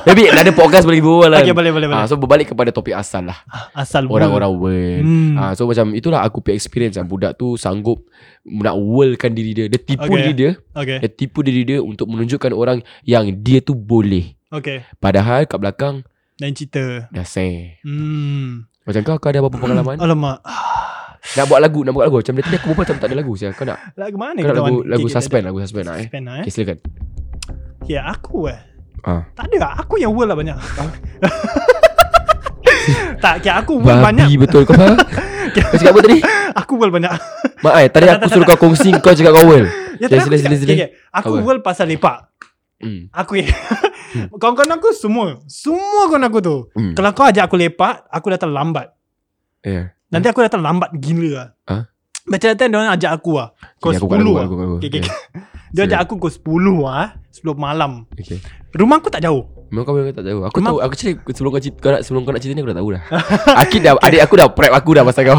S5: Maybe ada podcast boleh berbual lah.
S4: Okay, boleh, boleh, boleh.
S5: Ha, so berbalik kepada topik asal lah.
S4: Asal
S5: Orang-orang world.
S4: Hmm.
S5: Ah, so macam itulah aku punya experience lah. Budak tu sanggup nak worldkan diri dia. Dia
S4: Okay.
S5: tipu okay. diri dia.
S4: Okay,
S5: Dia tipu diri dia untuk menunjukkan orang yang dia tu boleh.
S4: okay.
S5: Padahal kat belakang
S4: Lain cerita.
S5: dah say.
S4: Hmm.
S5: Macam kau, kau ada apa-apa pengalaman?
S4: Alamak. Ah,
S5: nak buat lagu, nak buat lagu. Macam dia tadi aku pun macam tak ada lagu. Sial. Kau nak,
S4: Lagu mana kita
S5: kau nak Kan lagu,
S4: orang?
S5: lagu
S4: Okay, okay,
S5: suspend, lagu suspend nak eh.
S4: Suspend lah eh.
S5: Okay, silakan.
S4: Okay, aku eh.
S5: Ah.
S4: Tak ada lah. Aku yang world lah banyak. tak, okay, aku world banyak.
S5: Babi betul kau faham? Kau cakap apa tadi?
S4: Aku world banyak.
S5: Mak ai, tadi
S4: Tak,
S5: aku
S4: tak,
S5: suruh kau kongsi kau cakap kau well.
S4: Ya,
S5: Sila,
S4: tak aku
S5: sila,
S4: cakap.
S5: sila, sila.
S4: Okay, okay. Aku
S5: Apa?
S4: world pasal lepak.
S5: Hmm.
S4: Aku Kawan-kawan aku semua Semua kawan aku tu
S5: Hmm.
S4: Kalau kau ajak aku lepak Aku datang lambat
S5: Ya.
S4: Nanti aku datang lambat gila lah
S5: Ha?
S4: Macam datang diorang ajak aku lah Kau
S5: Okay, aku buat
S4: 10
S5: lagu,
S4: lah
S5: aku buat lagu.
S4: Okay, okay,
S5: Okay.
S4: okay. Dia ajak aku kau 10 lah 10 malam
S5: Okay.
S4: Rumah aku tak jauh
S5: Memang kau memang tak tahu. Aku
S4: Memang-
S5: tahu aku cerita sebelum kau cerita kau nak sebelum kau nak cerita ni aku dah tahu dah. Akid dah adik aku dah prep aku dah pasal kau.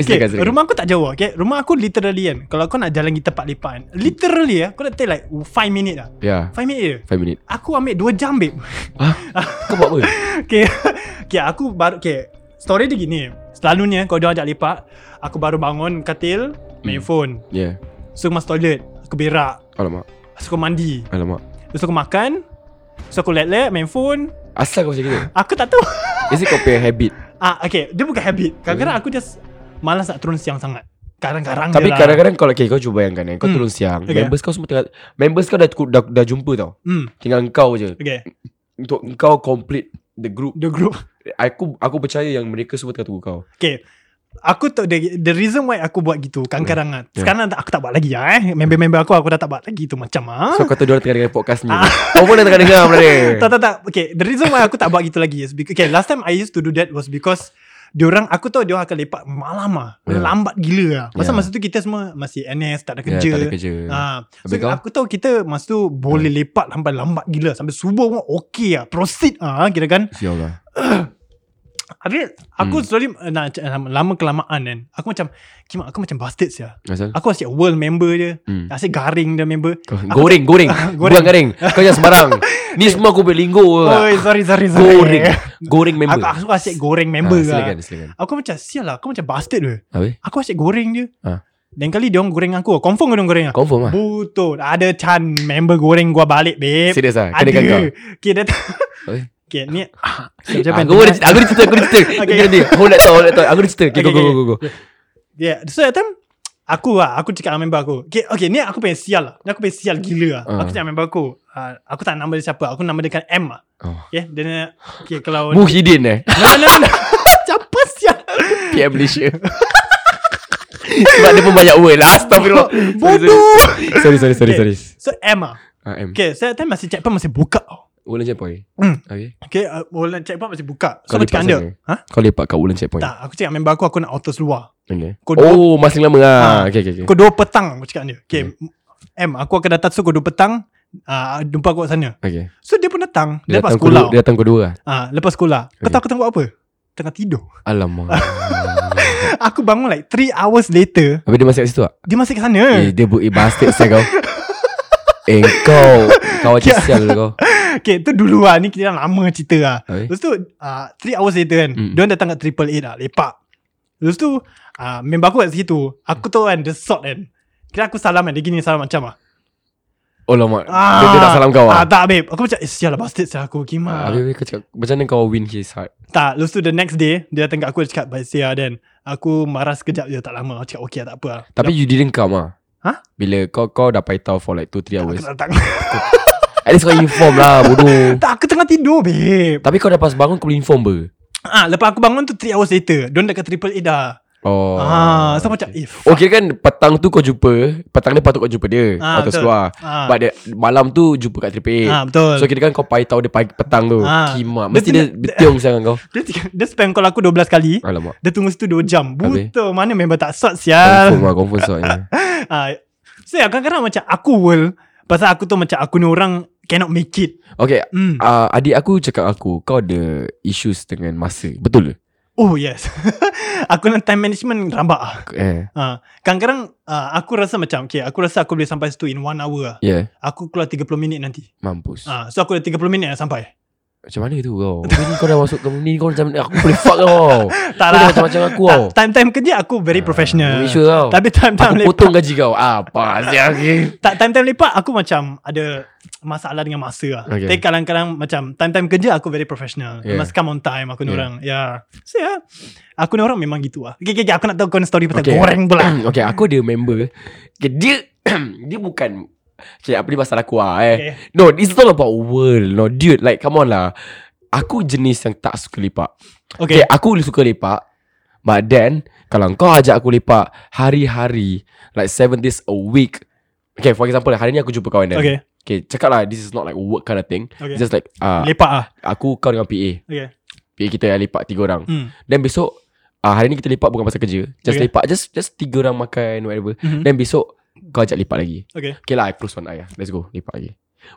S4: okay,
S5: silakan silakan.
S4: Rumah aku tak jauh okay? Rumah aku literally kan Kalau kau nak jalan pergi tempat lepak kan Literally lah Kau nak take like 5 minit lah
S5: Ya.
S4: 5 minit je
S5: 5 minit.
S4: Aku ambil 2 jam babe
S5: Hah? Kau buat apa?
S4: Okay Okay aku baru Okay Story dia gini Selalunya kalau dia ajak lepak Aku baru bangun katil Main
S5: Hmm.
S4: phone
S5: Ya.
S4: So aku masuk toilet Aku berak
S5: Alamak.
S4: Lepas aku mandi
S5: Alamak.
S4: Lepas aku makan Lepas aku let-let main phone
S5: Asal kau macam gitu?
S4: Aku tak tahu
S5: Is it kau punya habit?
S4: Ah, Okay Dia bukan habit Kadang-kadang aku just Malas nak turun siang sangat Kadang-kadang
S5: Hmm. Tapi
S4: je lah.
S5: kadang-kadang kalau okay, kau cuba bayangkan eh. Kau
S4: Hmm.
S5: turun siang
S4: Okay.
S5: Members kau semua tengah Members kau dah, dah, dah jumpa tau
S4: Hmm
S5: Tinggal kau je
S4: Okay
S5: Untuk kau complete The group
S4: The group
S5: Aku aku percaya yang mereka semua tengah tunggu kau
S4: Okay Aku tak the, the reason why aku buat gitu Kadang-kadang yeah.
S5: Hmm. Yeah.
S4: Sekarang aku tak buat lagi lah eh Member-member aku Aku dah tak buat lagi tu Macam ah.
S5: So kau tahu diorang tengah dengar podcast ni Kau pun dah tengah dengar
S4: tak
S5: brother
S4: tak tak Okay The reason why aku tak buat gitu lagi is because, Okay last time I used to do that Was because Diorang Aku tahu diorang akan lepak malam lah
S5: Yeah.
S4: Lambat gila lah Pasal
S5: Yeah.
S4: masa tu kita semua Masih NS Tak ada
S5: Ya,
S4: kerja
S5: tak ada kerja
S4: Ha. So
S5: Habis kau? Hmm.
S4: aku tahu kita Masa tu boleh lepak Sampai lambat gila Sampai subuh pun okay lah Proceed lah Kira kan
S5: Ya Allah
S4: Habis
S5: Hmm.
S4: Aku slowly uh, nak, uh, Lama kelamaan kan Aku macam Kimak aku macam bastard ya.
S5: Asal?
S4: Aku asyik world member je
S5: Hmm.
S4: Asyik garing dia member
S5: Kau- Goreng, goreng.
S4: Ah, goreng.
S5: Bukan garing. Kau jangan sembarang. Ni semua aku beli linggo.
S4: Oi sorry sorry sorry
S5: lah. Goreng. Goreng member.
S4: Aku, ya. aku asyik goreng member
S5: Ah,
S4: lah
S5: silakan, silakan.
S4: Aku macam sial lah Aku macam bastard ke
S5: Habis?
S4: Aku asyik goreng je
S5: Ha.
S4: Lain kali diorang goreng aku Confirm diorang goreng aku
S5: Confirm lah.
S4: Betul Ada Chan Member goreng gua balik babe
S5: Serius lah. Kena
S4: Ada
S5: dengan kau.
S4: Okay dia
S5: Oi.
S4: Okay ni
S5: Ah, Aku ada cerita, aku ada cerita, aku ada cerita.
S4: Okay.
S5: Okay. Kena dia. Hold that thought, hold that thought. Aku ada cerita. Okay,
S4: Okay,
S5: go, go,
S4: okay.
S5: go, go, go.
S4: Yeah So that time Aku lah Aku cakap dengan member aku Okay, okay ni aku pengen sial lah Ni aku pengen sial gila lah
S5: Ah.
S4: Aku cakap dengan member aku ah, Aku tak nama dia siapa Aku nama dia kan M lah
S5: Oh.
S4: Okay dia ni- Okay kalau
S5: Muhyiddin eh.
S4: No no no, no. Siapa sial
S5: PM Malaysia. Sebab dia pun banyak word lah. Astagfirullah.
S4: Bodoh
S5: Sorry, sorry, sorry, sorry.
S4: So M lah
S5: Ah, M.
S4: Okay so that time masih checkpoint masih buka tau.
S5: Ulan checkpoint
S4: Hmm.
S5: Okay
S4: Okay uh, Orang checkpoint masih buka So
S5: Kau
S4: macam
S5: lepak
S4: anda
S5: sana.
S4: ha?
S5: Kau lepak kat Ulan checkpoint
S4: Tak aku cakap dengan member aku Aku nak auto seluar
S5: okay.
S4: Kau
S5: Oh masih lama lah
S4: Ah.
S5: Okay okay, Hmm. okay.
S4: Pukul 2 petang Aku cakap dengan dia Okay M aku akan datang So pukul 2 petang uh, Jumpa aku kat sana
S5: okay.
S4: So dia pun datang
S5: Dia
S4: Dia, lepas
S5: datang
S4: sekolah
S5: kedua, dia datang kedua lah
S4: Ah, Lepas sekolah Kau
S5: Okay.
S4: tahu aku tengok apa Tengah tidur
S5: Alamak
S4: Aku bangun like 3 hours later
S5: Habis dia masih kat situ tak?
S4: Dia masih kat sana
S5: Eh dia buat eh, bastard saya kau Eh kau Kau
S4: Ya.
S5: macam sial lah kau
S4: Okay tu dulu lah Ni kita dah lama cerita lah
S5: Habis?
S4: Lepas tu uh, 3 hours later kan
S5: Mm.
S4: mm. Diorang datang kat triple eight lah Lepak Lepas tu uh, Member aku kat situ Aku
S5: Hmm.
S4: tu kan The sort kan Kira aku salam kan Dia gini salam macam lah
S5: Oh lama dia, dia tak salam kau
S4: ah,
S5: Ah, lah
S4: Tak babe Aku macam Eh sial lah bastard sial aku Gimana
S5: Habis habis kau cakap Macam mana kau win his heart
S4: Tak Lepas tu the next day Dia datang kat aku Dia cakap Baik sial dan Aku marah sekejap je Tak lama Aku cakap okay lah, tak apa lah
S5: Tapi you didn't come ah.
S4: Huh?
S5: Bila kau kau dah paitau for like 2-3
S4: Aku
S5: hours
S4: tak datang
S5: At least kau inform lah bodoh
S4: Tak aku tengah tidur babe
S5: Tapi kau dah pas bangun kau boleh inform ber
S4: ah, Lepas aku bangun tu 3 hours later Diorang dekat triple eight dah
S5: Oh
S4: ah, So macam Eh fuck
S5: Oh kira kan petang tu kau jumpa Petang ni patut kau jumpa dia
S4: Ah,
S5: Atau
S4: betul.
S5: keluar
S4: Ah.
S5: But the, malam tu jumpa kat Triple
S4: Ah,
S5: A
S4: betul.
S5: So kira kan kau paitau dia pagi petang tu
S4: Ah. Dia
S5: Kimak Mesti dia
S4: tengah-
S5: betiung sangat kau
S4: dia, dia spam call aku 12 kali
S5: Alamak
S4: Dia tunggu situ 2 jam
S5: Habis?
S4: Buta mana member tak sort
S5: Confirm
S4: sial
S5: lah Confirm soalnya
S4: ha, So ya kadang-kadang macam aku world Pasal aku tu macam aku ni orang Cannot make it
S5: Okay
S4: Hmm.
S5: ah, Adik aku cakap aku Kau ada issues dengan masa Betul ke?
S4: Oh yes Aku nak time management rambak ah.
S5: Eh
S4: ha, Kadang-kadang ah, aku rasa macam Okay aku rasa aku boleh sampai situ in 1 hour lah.
S5: Yeah
S4: Aku keluar 30 minit nanti
S5: ya, Mampus
S4: ha, So aku dah 30 minit dah sampai
S5: Macam mana tu kau Kau ni kau dah masuk ke ni Kau macam Aku boleh fuck kau
S4: Tak
S5: Kau dah
S4: lah
S5: macam-macam aku
S4: Ta-
S5: kau
S4: Time-time kerja aku very professional
S5: Make sure kau
S4: Tapi time-time
S5: Aku
S4: lepak
S5: potong gaji kau Ah, ya, Apa Sial okay.
S4: tak time-time lepak aku macam ada masalah dengan masa lah. Okay.
S5: Okay.
S4: Tapi kadang-kadang macam time-time kerja aku very professional. Yeah.
S5: Yeah.
S4: Must come on time aku ni
S5: Yeah.
S4: orang. Yeah. So yeah. Aku ni orang memang gitu lah. Okay, okay, okay. aku nak tahu kau ni story pasal
S5: Okay.
S4: okay. goreng pula.
S5: Okay aku ada member okay, Dia Dia bukan Okay apa ni pasal aku lah eh
S4: Okay.
S5: No it's not about world No dude like come on lah Aku jenis yang tak suka lepak
S4: Okay.
S5: Okay, okay aku suka lepak But then Kalau kau ajak aku lepak Hari-hari Like 7 days a week Okay for example Hari ni aku jumpa kawan
S4: Okay.
S5: dia
S4: okay.
S5: okay cakap lah This is not like work kind of thing
S4: Okay.
S5: It's just like uh,
S4: Lepak ah.
S5: Aku kau dengan PA
S4: Okay.
S5: PA kita yang lepak tiga orang
S4: Hmm.
S5: Then besok uh, Hari ni kita lepak bukan pasal kerja Just
S4: Okay.
S5: okay. lepak Just just tiga orang makan Whatever
S4: Mhm.
S5: Then besok Kau ajak lepak lagi
S4: Okay.
S5: Okay lah I close one eye lah Let's go Lepak lagi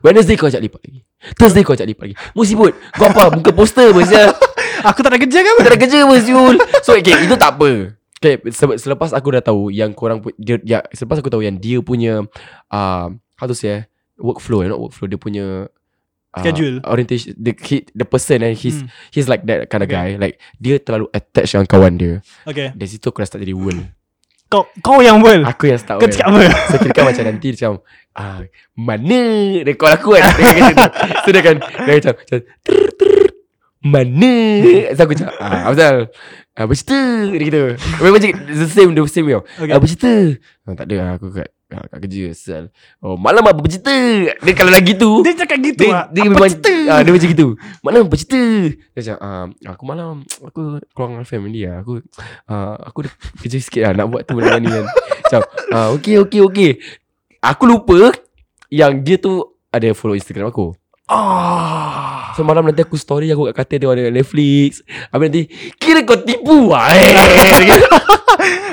S5: Wednesday kau ajak lepak lagi Thursday kau ajak lepak lagi Musibut Kau apa Muka poster pun sial
S4: Aku tak ada kerja ke apa?
S5: Tak ada kerja pun siul So okay Itu tak apa Okay se- Selepas aku dah tahu Yang korang pu- dia, ya, Selepas aku tahu Yang dia punya uh, How to say eh Workflow eh, Not workflow Dia punya uh,
S4: Schedule.
S5: Orientation The, he, the person eh, He's
S4: Hmm.
S5: He's like that kind of
S4: Okay.
S5: guy Like Dia terlalu attached Dengan kawan dia
S4: Okay.
S5: dari situ aku dah start jadi world
S4: Kau kau yang world.
S5: Aku yang start
S4: Kau
S5: world
S4: cakap apa?
S5: So kira kan macam nanti macam ah, Mana rekod aku kan Dia kata tu. So dia kan Dia macam macam, "Trrr, trrr, Mana So aku macam ah, Apa pasal Apa cerita Dia gitu Memang macam it's The same The same tau
S4: Okay.
S5: Apa cerita ah, Tak ada aku kat ah, kat kerja Sel Oh malam apa bercerita Dia kalau lagi tu
S4: Dia cakap gitu ah.
S5: dia, dia
S4: Apa
S5: memang,
S4: cerita?
S5: ah, Dia macam gitu Malam apa cerita Dia macam ah, Aku malam Aku keluar dengan family lah Aku ah, Aku dah kerja sikit lah Nak buat tu nak buat ni kan Macam ah, Okay okay okay Aku lupa Yang dia tu Ada follow Instagram aku
S4: Ah.
S5: So malam nanti aku story Aku kat katil dia ada Netflix Habis nanti Kira kau tipu lah eh.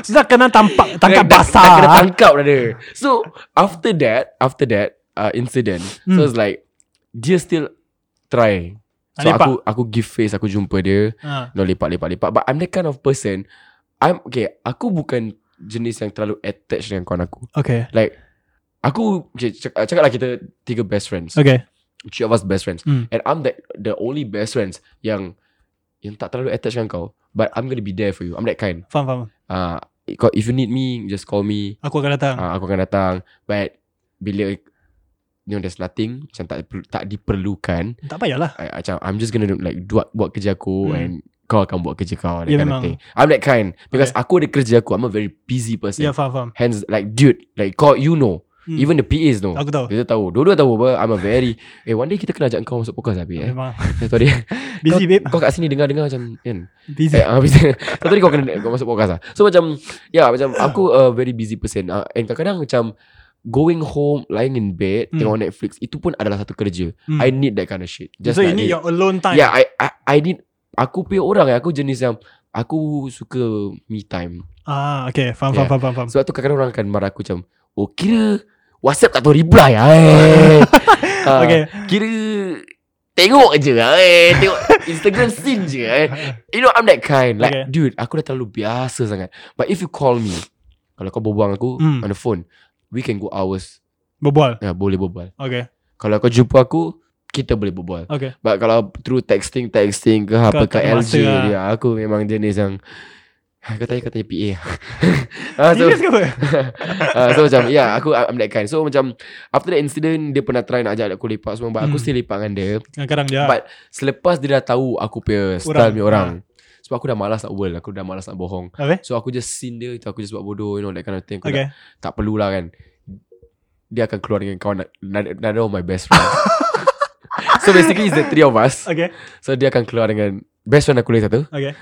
S4: Sudah kena tampak tangkap
S5: Dah- dah-
S4: basah.
S5: Dah kena
S4: ah.
S5: tangkap dah dia So After that After that uh, Incident So
S4: Hmm.
S5: it's like Dia still Try So
S4: Ah, lepak.
S5: aku Aku give face Aku jumpa dia
S4: Ah.
S5: No lepak lepak lepak But I'm the kind of person I'm Okay Aku bukan Jenis yang terlalu attached Dengan kawan aku
S4: Okay.
S5: Like Aku okay, cak, uh, Cakap lah kita Tiga best friends
S4: Okay.
S5: Three of us best friends
S4: Hmm.
S5: And I'm the The only best friends Yang Yang tak terlalu attached dengan kau But I'm gonna be there for you I'm that kind
S4: Faham faham.
S5: uh, If you need me Just call me
S4: Aku akan datang.
S5: uh, aku akan datang but bila you know there's nothing macam tak perlu- tak diperlukan
S4: Tak payahlah.
S5: I, macam I'm just gonna do, like buat buat kerja aku
S4: Hmm.
S5: and kau akan buat kerja kau that
S4: Ya,
S5: kind of
S4: memang.
S5: thing. I'm that kind because aku ada kerja aku I'm a very busy
S4: Ya
S5: person
S4: faham faham.
S5: hence like dude like kau you know
S4: Hmm.
S5: even the PAs know
S4: Aku tahu.
S5: dia tahu Dua-dua tahu apa I'm a very Eh one day kita kena ajak kau Masuk podcast habis eh
S4: Memang
S5: Satu hari
S4: busy babe.
S5: Kau kat sini dengar-dengar macam kan
S4: Busy.
S5: Eh, habis Kau tadi kau kena kau masuk podcast lah So macam Ya yeah, macam Aku a very busy person uh, And Ah, kadang-kadang macam Going home Lying in bed
S4: Hmm.
S5: Tengok Netflix Itu pun adalah satu kerja
S4: Hmm.
S5: I need that kind of shit Just
S4: so you
S5: like
S4: need
S5: it.
S4: your alone time.
S5: Yeah I, I I need Aku punya orang eh, Aku jenis yang Aku suka Me time
S4: Ah, okay. Faham,
S5: Yeah.
S4: faham, faham, faham.
S5: Sebab tu kadang-kadang orang akan marah aku macam Oh kira Whatsapp tak tahu reply ah, eh. Ah,
S4: okay.
S5: Kira Tengok je lah eh Tengok Instagram scene je eh You know I'm that kind Like
S4: Okay.
S5: okay. dude Aku dah terlalu biasa sangat But if you call me Kalau kau berbual dengan aku
S4: Hmm.
S5: On the phone We can go hours
S4: Berbual.
S5: ya, Boleh berbual
S4: Okay.
S5: Kalau kau jumpa aku Kita boleh berbual
S4: Okay.
S5: But kalau through texting Texting ke apa
S4: tak
S5: ke
S4: ada masa
S5: LG
S4: lah.
S5: dia, Aku memang jenis yang Kau tanya kau tanya PA ah, so,
S4: Serius ke apa?
S5: uh, so macam Yeah aku I'm that kind So macam After that incident Dia pernah try nak ajak aku lepak semua But aku
S4: Hmm.
S5: still lepak dengan dia
S4: Kadang-kadang je. lah.
S5: But Selepas dia dah tahu Aku
S4: Orang. Ha.
S5: punya Style punya orang Sebab aku dah malas nak world Aku dah malas nak bohong
S4: Apa?
S5: So aku just scene dia Itu aku just buat bodoh You know that kind of thing Aku
S4: Okay.
S5: tak, tak perlulah kan Dia akan keluar dengan kawan Another another of my best friend So basically it's the three of us
S4: Okay.
S5: So dia akan keluar dengan Best friend aku lagi satu
S4: Okay.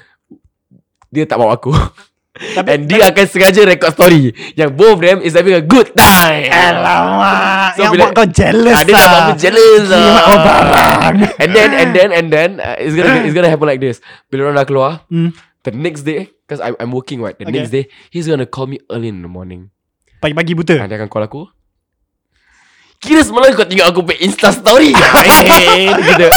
S5: Dia tak bawa aku
S4: Tapi,
S5: And dia akan sengaja record story Yang both them is having a good time
S4: Alamak.
S5: So
S4: yang buat
S5: bila-
S4: kau jealous
S5: Ah, Dia tak
S4: lah.
S5: apa jealous lah
S4: Jimat kau barang.
S5: And then and then and then uh, It's gonna be- it's gonna happen like this Bila orang dah keluar
S4: Hmm.
S5: The next day Cause I'm, I'm working right The
S4: Okay.
S5: next day He's gonna call me early in the morning
S4: Pagi-pagi buta.
S5: yeah. Dia akan call aku Kira semalam kau tengok aku Pake insta story ya man Gitu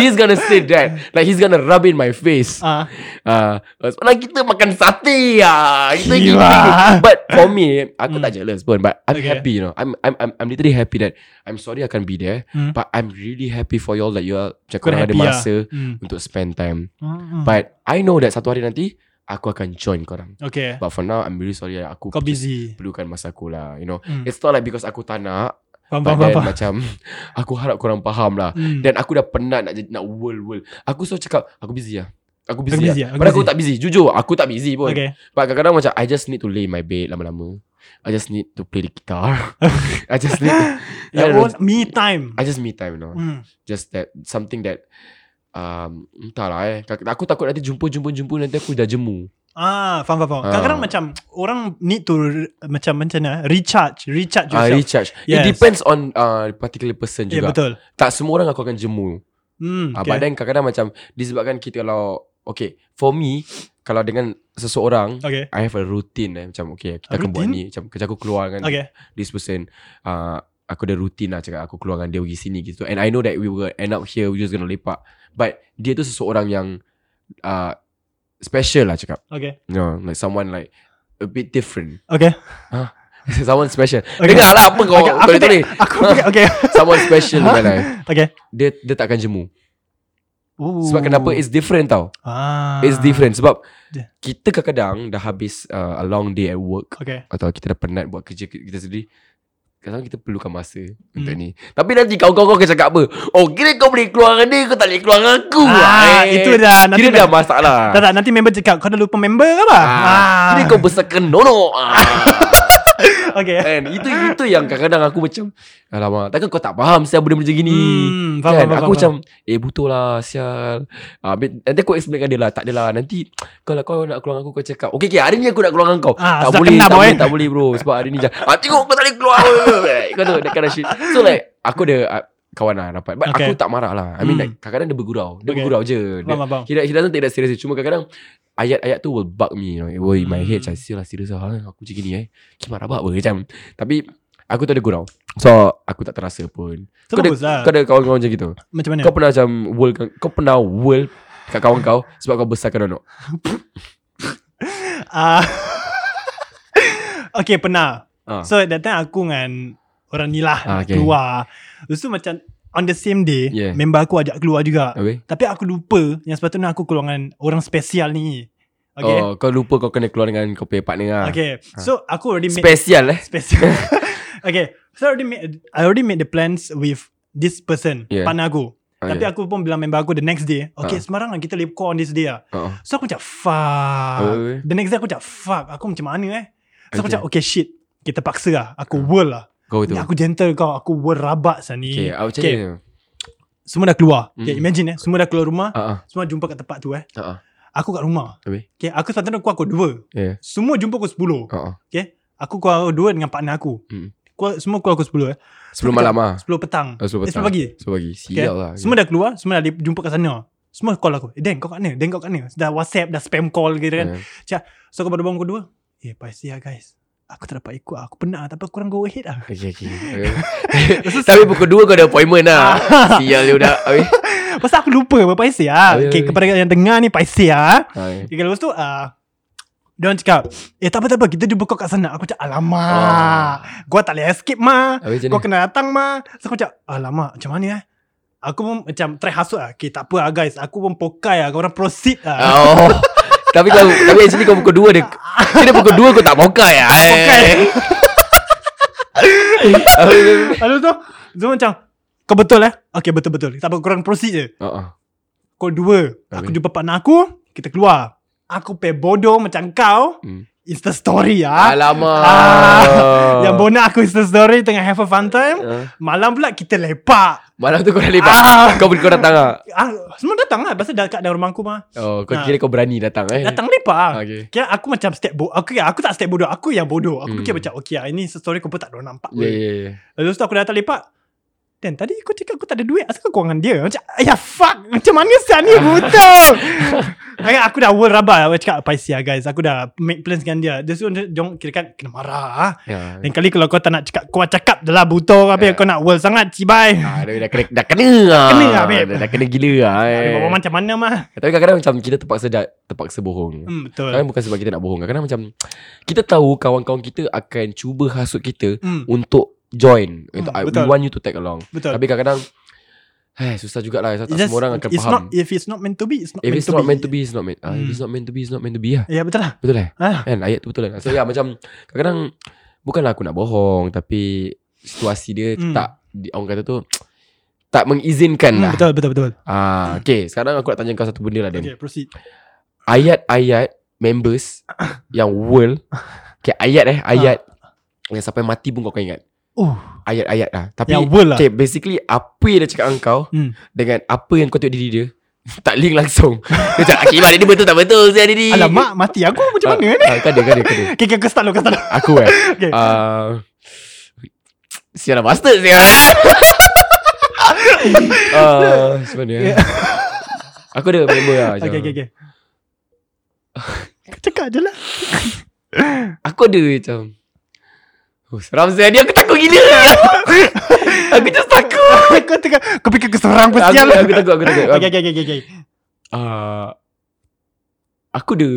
S5: He's gonna say that Like he's gonna rub in my face
S4: Ah.
S5: Ah, uh, Semalam kita makan sate ya. Kita gini,
S4: Gila.
S5: gini. But for me Aku
S4: Hmm.
S5: tak jealous pun But I'm
S4: Okay.
S5: happy you know I'm, I'm I'm I'm literally happy that I'm sorry I can't be there
S4: Hmm.
S5: But I'm really happy for you all That you all Macam
S4: Kau dah
S5: korang ada
S4: happy lah.
S5: masa
S4: Hmm.
S5: Untuk spend time
S4: Hmm.
S5: But I know that satu hari nanti Aku akan join korang
S4: Okay.
S5: But for now I'm really sorry that Aku
S4: Kau busy.
S5: perlukan masa aku lah You know
S4: Hmm.
S5: It's not like because aku tak nak
S4: Faham, faham,
S5: But then
S4: faham. faham.
S5: macam Aku harap korang faham lah
S4: Hmm.
S5: Dan aku dah penat nak jadi- nak world world Aku selalu cakap Aku busy lah Aku
S4: Aku
S5: busy,
S4: busy lah,
S5: lah
S4: aku
S5: Padahal aku
S4: busy.
S5: tak busy Jujur aku tak busy pun
S4: Okay.
S5: But kadang-kadang macam I just need to lay in my bed lama-lama I just need to play the guitar I just need I
S4: Your
S5: don't know.
S4: own me time.
S5: I just me time you know
S4: Hmm.
S5: Just that Something that um, Entahlah eh Aku takut nanti jumpa-jumpa-jumpa Nanti aku dah jemu
S4: Ah, faham, faham, faham.
S5: Ah.
S4: Kadang-kadang macam orang need to re- macam macam mana? eh, Recharge, recharge
S5: Ah,
S4: yourself.
S5: recharge.
S4: Yes.
S5: It depends on uh, particular person
S4: Ya, yeah,
S5: juga.
S4: betul.
S5: Tak semua orang aku akan jemu.
S4: Hmm,
S5: Okay. Uh, but
S4: okay.
S5: then kadang-kadang macam disebabkan kita kalau okay, for me kalau dengan seseorang
S4: okay.
S5: I have a routine eh macam okay
S4: A
S5: kita akan buat
S4: routine?
S5: ni macam kerja aku keluar kan. dengan
S4: Okay.
S5: this person uh, aku ada routine lah cakap aku keluar dengan dia pergi sini gitu and I know that we will end up here we just gonna lepak but dia tu seseorang yang uh, special lah cakap
S4: Okay.
S5: no like someone like a bit different
S4: Okay.
S5: someone special
S4: Okay.
S5: okay. dengar lah apa kau
S4: Okay, aku
S5: okay, tulis
S4: Aku fikir, okay.
S5: someone special in my life
S4: Okay.
S5: dia dia takkan jemu.
S4: Ooh.
S5: Sebab kenapa it's different tau.
S4: ah.
S5: It's different sebab
S4: Dia-
S5: kita kadang-kadang dah habis uh, a long day at work
S4: Okay.
S5: atau kita dah penat buat kerja ki- kita sendiri. Kadang kita perlukan masa untuk
S4: Hmm.
S5: ni. Tapi nanti kau-kau kau akan cakap apa? Oh, kira kau boleh keluar dengan dia, kau tak boleh keluar dengan aku.
S4: Ah,
S5: Eh,
S4: itu dah nanti
S5: Kira dah
S4: mem-
S5: masalah.
S4: Tak tak nanti member cakap kau dah lupa member ke apa?
S5: Ah, kira kau besarkan nono. Ah.
S4: Okay.
S5: Kan Itu itu yang kadang-kadang aku macam Alamak Takkan kau tak faham Sial benda macam gini
S4: Hmm, faham,
S5: kan?
S4: faham,
S5: Aku
S4: faham,
S5: macam Eh betul lah Sial ah, be- Nanti aku explain dengan dia lah Tak adalah Nanti Kalau kau nak keluar dengan aku Kau cakap Okay okay hari ni aku nak keluar dengan kau
S4: Ah, sudah
S5: Tak boleh
S4: kenal
S5: tak
S4: kau,
S5: boleh,
S4: eh.
S5: tak boleh bro Sebab hari ni jangan ah, Tengok kau tak boleh keluar Kau tahu that kind of shit So like Aku ada ah, Kawan lah rapat But
S4: Okay.
S5: aku tak marah lah I mean
S4: Hmm.
S5: like, Kadang-kadang dia bergurau Dia
S4: Okay.
S5: bergurau je dia,
S4: Faham, faham.
S5: He, he doesn't take that seriously Cuma kadang Ayat-ayat tu will bug me you know. It will in my head Macam sial lah serious lah ha, Aku macam gini eh Kimak rabak apa macam Tapi Aku tak ada gurau So aku tak terasa pun
S4: Tu
S5: Kau ada,
S4: bagus lah. Ya.
S5: kau ada kawan-kawan macam gitu
S4: Macam mana?
S5: Kau pernah macam world, Kau pernah world Kat kawan kau Sebab kau besarkan anak
S4: Ah. okay, pernah.
S5: Ah.
S4: So that time aku dengan orang ni lah
S5: Ah,
S4: nak
S5: okay.
S4: keluar. Lepas tu macam on the same day,
S5: Yeah.
S4: member aku ajak keluar juga.
S5: Habis
S4: Tapi aku lupa yang sepatutnya aku keluar dengan orang spesial ni. Okay.
S5: oh, Kau lupa kau kena keluar dengan Kau punya partner lah
S4: Okay. So aku already made
S5: Spesial eh
S4: special. okay. So I already made I already made the plans with this person,
S5: Yeah.
S4: partner aku.
S5: Ah,
S4: Tapi
S5: yeah.
S4: aku pun bilang member aku the next day, okay
S5: Ah.
S4: semarang lah kita leave call on this day lah.
S5: Oh,
S4: So aku macam fuck.
S5: Apa, apa?
S4: The next day aku macam fuck, aku macam mana eh? So aku
S5: Oh, Okay. Ah.
S4: macam okay shit, kita paksa lah. Aku world lah.
S5: Kau tu
S4: Ni aku gentle kau, aku world rabak sah ni.
S5: Okay, ah, macam
S4: Okay.
S5: okay. mana
S4: Semua dah keluar. Okay,
S5: Mm.
S4: imagine eh, semua dah keluar rumah,
S5: Ah, ah,
S4: semua jumpa kat tempat tu eh.
S5: ah, ah.
S4: Aku kat rumah.
S5: Habis?
S4: Okay, aku sepatutnya aku aku dua.
S5: Yeah
S4: Semua jumpa aku 10.
S5: Ah, ah.
S4: Okay. Aku keluar dua dengan partner aku
S5: Hmm.
S4: keluar, Semua keluar pukul 10 eh
S5: 10 malam ah.
S4: 10 petang
S5: Oh,
S4: Eh,
S5: 10 petang.
S4: 10 pagi
S5: 10 pagi.
S4: okay.
S5: Sial lah.
S4: Semua dah keluar Semua dah li- jumpa kat sana Semua call aku Eh Dan kau kat mana Dan kau kat mana Dah whatsapp Dah spam call gitu kan
S5: Eh.
S4: So aku baru bangun pukul 2 Eh pasti lah guys Aku tak dapat ikut Aku penat lah Tapi korang go ahead lah
S5: Okay, okay. Tapi pukul 2 kau ada appointment lah. Sial dia budak. Habis.
S4: Pasal aku lupa Berapa paisi lah
S5: Oi,
S4: Okay
S5: oi.
S4: kepada yang dengar ni Paisi lah
S5: Hai.
S4: Okay, lepas tu uh, dia orang cakap Eh tak apa tak apa Kita jumpa kau kat sana Aku cakap Alamak
S5: Ah.
S4: Gua tak boleh escape ma
S5: Habis macam
S4: Kau
S5: mana?
S4: kena datang ma So aku cakap Alamak macam mana eh Aku pun macam Try hasut lah Okay tak apa lah guys Aku pun pokai lah Korang proceed lah
S5: Oh. tapi kau tapi actually kau pukul 2 dia Kira pukul 2 kau tak pokai ah. Tak
S4: pokai.
S5: Eh.
S4: Lalu tu Dia macam Kau betul eh Okay betul-betul Tak apa korang proceed je
S5: Oh.
S4: Kau dua Aku
S5: Habis?
S4: jumpa partner aku Kita keluar Aku pay bodoh macam kau
S5: Hmm.
S4: Insta story lah
S5: Alamak.
S4: Ah,
S5: Uh.
S4: Yang bonus aku Insta story Tengah have a fun time
S5: Ah.
S4: Malam pula kita lepak
S5: Malam tu kau dah lepak.
S4: Ah.
S5: Kau kau datang ah.
S4: ah, Semua datang lah Pasal dekat dalam rumah aku mah
S5: Oh, kau
S4: Ah.
S5: kira kau berani datang eh.
S4: Datang lepak lah
S5: Okay.
S4: Kira aku macam step bodoh aku, aku tak step bodoh Aku yang bodoh Aku
S5: Hmm.
S4: fikir macam Okay lah, ini story kau pun tak ada orang nampak
S5: Ya,
S4: yeah,
S5: ya, ya.
S4: Lepas tu aku datang lepak Dan tadi kau cakap Aku tak ada duit Asal kau kewangan dia Macam Ya fuck Macam mana siap ni Buta Aku, aku dah world rabak Aku cakap Paisi lah guys Aku dah make plans dengan dia Dia suruh dia- Jom kira kan Kena marah ah.
S5: Ya.
S4: Lain kali kalau kau tak nak cakap Kau cakap je lah buta Habis
S5: Ya.
S4: kau nak world sangat Cibai
S5: Ah, dah, dah kena dah kena lah.
S4: Kena lah, babe.
S5: Dah, dah kena gila lah.
S4: Aduh,
S5: Eh.
S4: bawa macam mana mah
S5: Tapi kadang-kadang macam kita terpaksa dah, terpaksa bohong.
S4: hmm, Betul
S5: Kadang bukan sebab kita nak bohong Kadang macam Kita tahu kawan-kawan kita Akan cuba hasut kita
S4: hmm,
S5: Untuk join Untuk I, We
S4: betul.
S5: want you to tag along
S4: Betul
S5: Tapi kadang-kadang Hai, susah jugalah Sebab tak
S4: It's just-
S5: semua orang akan
S4: it's
S5: faham
S4: not, If it's not meant to be It's not,
S5: If
S4: meant,
S5: it's
S4: to
S5: not
S4: be.
S5: meant to be It's not meant ah, If
S4: Hmm.
S5: it's not meant to be It's not meant to be lah
S4: Ya betul lah
S5: Betul eh
S4: ah,
S5: Kan ayat tu betul kan So ya macam Kadang-kadang Bukanlah aku nak bohong Tapi Situasi dia
S4: Hmm.
S5: Tak di- Orang kata tu Tak mengizinkan
S4: hmm,
S5: lah
S4: Betul betul betul
S5: ah, Okay sekarang aku nak tanya kau Satu benda lah Dan
S4: Okay proceed
S5: ayat-ayat members yang world okay, ayat eh ayat
S4: Ah.
S5: yang sampai mati pun kau akan ingat
S4: Oh
S5: ayat-ayat lah tapi
S4: Yang world lah
S5: okay, basically apa yang dia cakap dengan kau
S4: Hmm.
S5: dengan apa yang kau tengok diri dia tak link langsung dia cakap akibat dia ni betul tak betul saya diri
S4: Alamak mati aku macam mana ni
S5: ah, kan dia kan dia, kan dia.
S4: Okay okay, kau start dulu Kau start dulu
S5: aku eh
S4: Okay.
S5: uh, sialah bastard sial uh, sebenarnya
S4: Yeah.
S5: aku ada member lah macam.
S4: Okay okay okay Kau cakap je lah
S5: Aku ada macam Oh seram saya ni Aku takut gila Aku just takut
S4: Kau tengah Kau fikir aku serang
S5: aku,
S4: pun sial
S5: aku takut Aku takut
S4: Okay okay okay okay, okay.
S5: Ah, Aku ada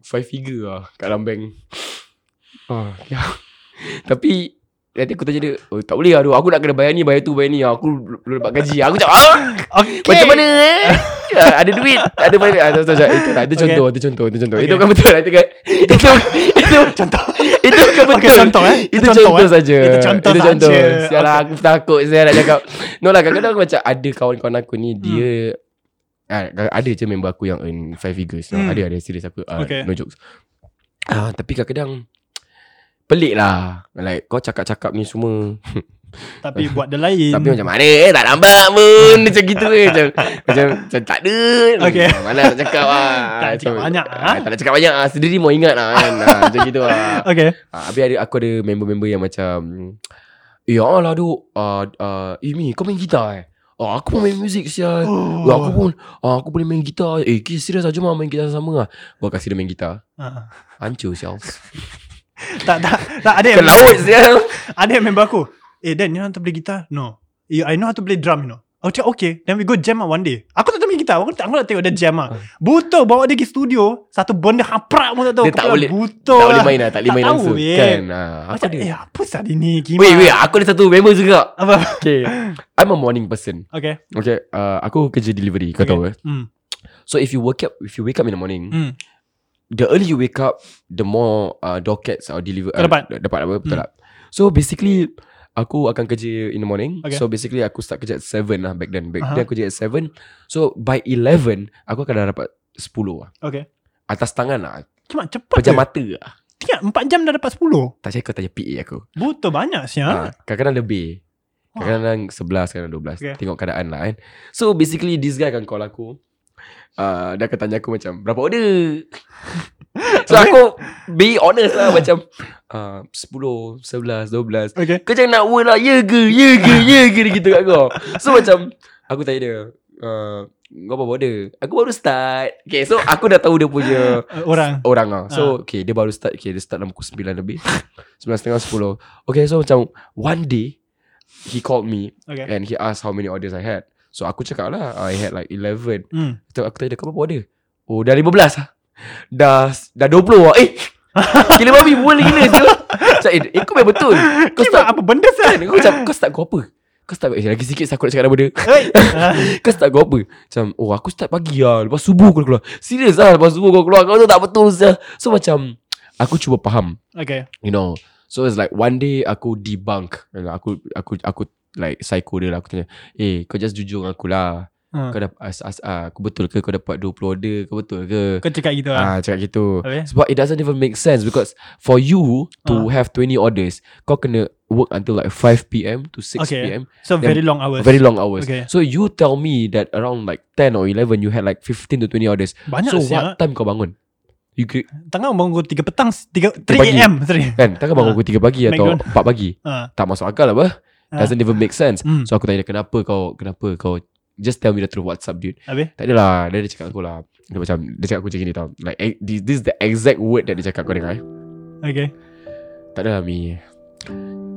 S5: Five figure lah Kat dalam bank Ah, ya. Tapi Nanti aku tanya dia oh, Tak boleh lah aduh, Aku nak kena bayar ni Bayar tu bayar ni Aku belum belum dapat gaji Aku cakap ah,
S4: okay.
S5: Macam mana eh Ah, Ada duit Ada bayar ah, tak, tak, tak, Itu, tak, itu
S4: Okay.
S5: contoh Itu contoh Itu contoh
S4: Okay.
S5: Itu bukan betul Itu kan Itu Itu
S4: Contoh
S5: itu bukan betul
S4: Okay, contoh, eh. Itu
S5: Itu
S4: contoh,
S5: contoh,
S4: eh.
S5: saja.
S4: Itu contoh saja.
S5: Sial lah aku takut saya nak cakap. No lah kadang-kadang aku macam ada kawan-kawan aku ni dia ah, ada je member aku yang earn five figures. No,
S4: Hmm.
S5: Ada ada serius aku ah,
S4: Okay.
S5: no jokes. Ah, tapi kadang-kadang pelik lah. Like kau cakap-cakap ni semua.
S4: Tapi buat dia lain
S5: Tapi macam mana eh tak nampak pun macam gitu eh macam macam, macam tak ada.
S4: Okay.
S5: Mana nak cakap ah.
S4: Tak nak cakap
S5: Macam-
S4: banyak, ah.
S5: ah. Tak nak cakap banyak ah. Sendiri mau ingat ah kan. Ah, macam gitu ah.
S4: Okay
S5: Ah, habis ada aku ada member-member yang macam Ya Allah duk ah, ah, Imi kau main gitar eh Ah, aku pun main muzik sial oh. Aku pun ah, Aku boleh main gitar Eh kis serius lah Jom lah main gitar sama lah Gua kasih dia main gitar
S4: Ah.
S5: Hancur sial
S4: Tak tak Tak ada
S5: Ke
S4: yang
S5: laut sial
S4: Ada yang member aku Eh Dan you know how to play guitar No you, I know how to play drum you know Aku cakap okay Then we go jam lah one day Aku tak tahu main gitar Aku, aku nak tengok dia jam
S5: Ah.
S4: lah Buto bawa dia pergi studio Satu benda haprak pun tak tahu
S5: Dia tak boleh-
S4: Buto
S5: Tak boleh main lah Tak boleh
S4: Tak
S5: main
S4: tahu,
S5: langsung
S4: babe.
S5: Kan ah, Aku
S4: Macam
S5: ada
S4: eh lah. apa sah ni Gimana
S5: Wait wait Aku ada satu member juga
S4: Apa
S5: Okay I'm a morning person
S4: Okay
S5: Okay ah, Aku kerja delivery Kau
S4: Okay.
S5: tahu eh
S4: Hmm
S5: So if you wake up If you wake up in the morning
S4: Hmm
S5: the early you wake up, the more uh, dockets or deliver
S4: Kau dapat?
S5: Uh, dapat apa betul
S4: Hmm.
S5: tak? So basically aku akan kerja in the morning.
S4: Okay.
S5: So basically aku start kerja at 7 lah back then. Back
S4: Aha.
S5: then aku kerja at 7. So by 11 aku akan dah dapat 10 lah.
S4: Okay
S5: Atas tangan lah.
S4: Cuma cepat Pejam
S5: Pejam mata lah.
S4: Tengok 4 jam dah dapat 10
S5: Tak cakap tanya PA aku.
S4: Buto banyak
S5: Ha?
S4: siap
S5: kadang-kadang lebih. Kadang-kadang 11, kadang-kadang 12.
S4: Okay.
S5: Tengok keadaan lah kan. So Ah, basically this guy akan call aku. Uh, dia akan tanya aku macam Berapa order So aku Be honest lah Macam uh, 10 11 12
S4: Okay.
S5: Kau jangan nak world lah Ya ke Ya ke Ya ke Dia gitu kat kau So macam Aku tanya dia uh, Kau apa order Aku baru start Okay so Aku dah tahu dia punya
S4: Uh, orang.
S5: Orang lah So okay Dia baru start Okay dia start dalam pukul 9 lebih 9.30 10 Okay so macam One day He called me
S4: Okay.
S5: And he asked how many orders I had So aku cakap lah I had like 11
S4: Hmm.
S5: Aku, aku tanya dia Kau berapa order Oh dah 15 lah Dah Dah 20 lah Eh Gila babi Bual gila siapa Macam eh, eh kau memang betul Kau
S4: Kira
S5: start
S4: apa benda
S5: kan
S4: sah?
S5: Kau macam Kau start kau apa Kau start eh, Lagi sikit saya aku nak cakap nama dia
S4: Hey.
S5: Kau start kau apa Macam Oh aku start pagi lah Lepas subuh aku keluar Serius lah Lepas subuh kau keluar Kau tu tak betul sah. So macam Aku cuba faham
S4: Okay.
S5: You know So it's like One day aku debunk Aku Aku Aku Like psycho dia lah Aku tanya Eh kau just jujur dengan aku lah
S4: Ha.
S5: Kau dapat as, as, ah, Aku betul ke kau dapat 20 order Kau betul ke
S4: Kau cakap gitu lah.
S5: Ah, cakap gitu.
S4: Habis?
S5: Sebab it doesn't even make sense because for you to have 20 orders, kau kena work until like 5 p.m. to 6
S4: Okay.
S5: p.m.
S4: So
S5: then-
S4: very long hours.
S5: Very long hours.
S4: Okay.
S5: So you tell me that around like 10 or 11 you had like 15 to 20 orders.
S4: Banyak lah,
S5: so
S4: siap.
S5: what time kau bangun? You cre-
S4: Tengah bangun pukul 3 petang 3, 3
S5: pagi.
S4: am sorry.
S5: kan tak kau bangun pukul 3 pagi
S4: Ah,
S5: atau
S4: McDonald.
S5: 4 pagi.
S4: Ha.
S5: Tak masuk akal lah apa. Doesn't even make sense.
S4: Hmm.
S5: So aku tanya dia kenapa kau kenapa kau just tell me that through WhatsApp dude.
S4: Habis?
S5: Tak adalah Dia, dia cakap aku lah Dia macam Dia cakap aku macam gini tau Like eh, this, this is the exact word That dia cakap kau dengar eh.
S4: Okay.
S5: Tak adalah lah, Mi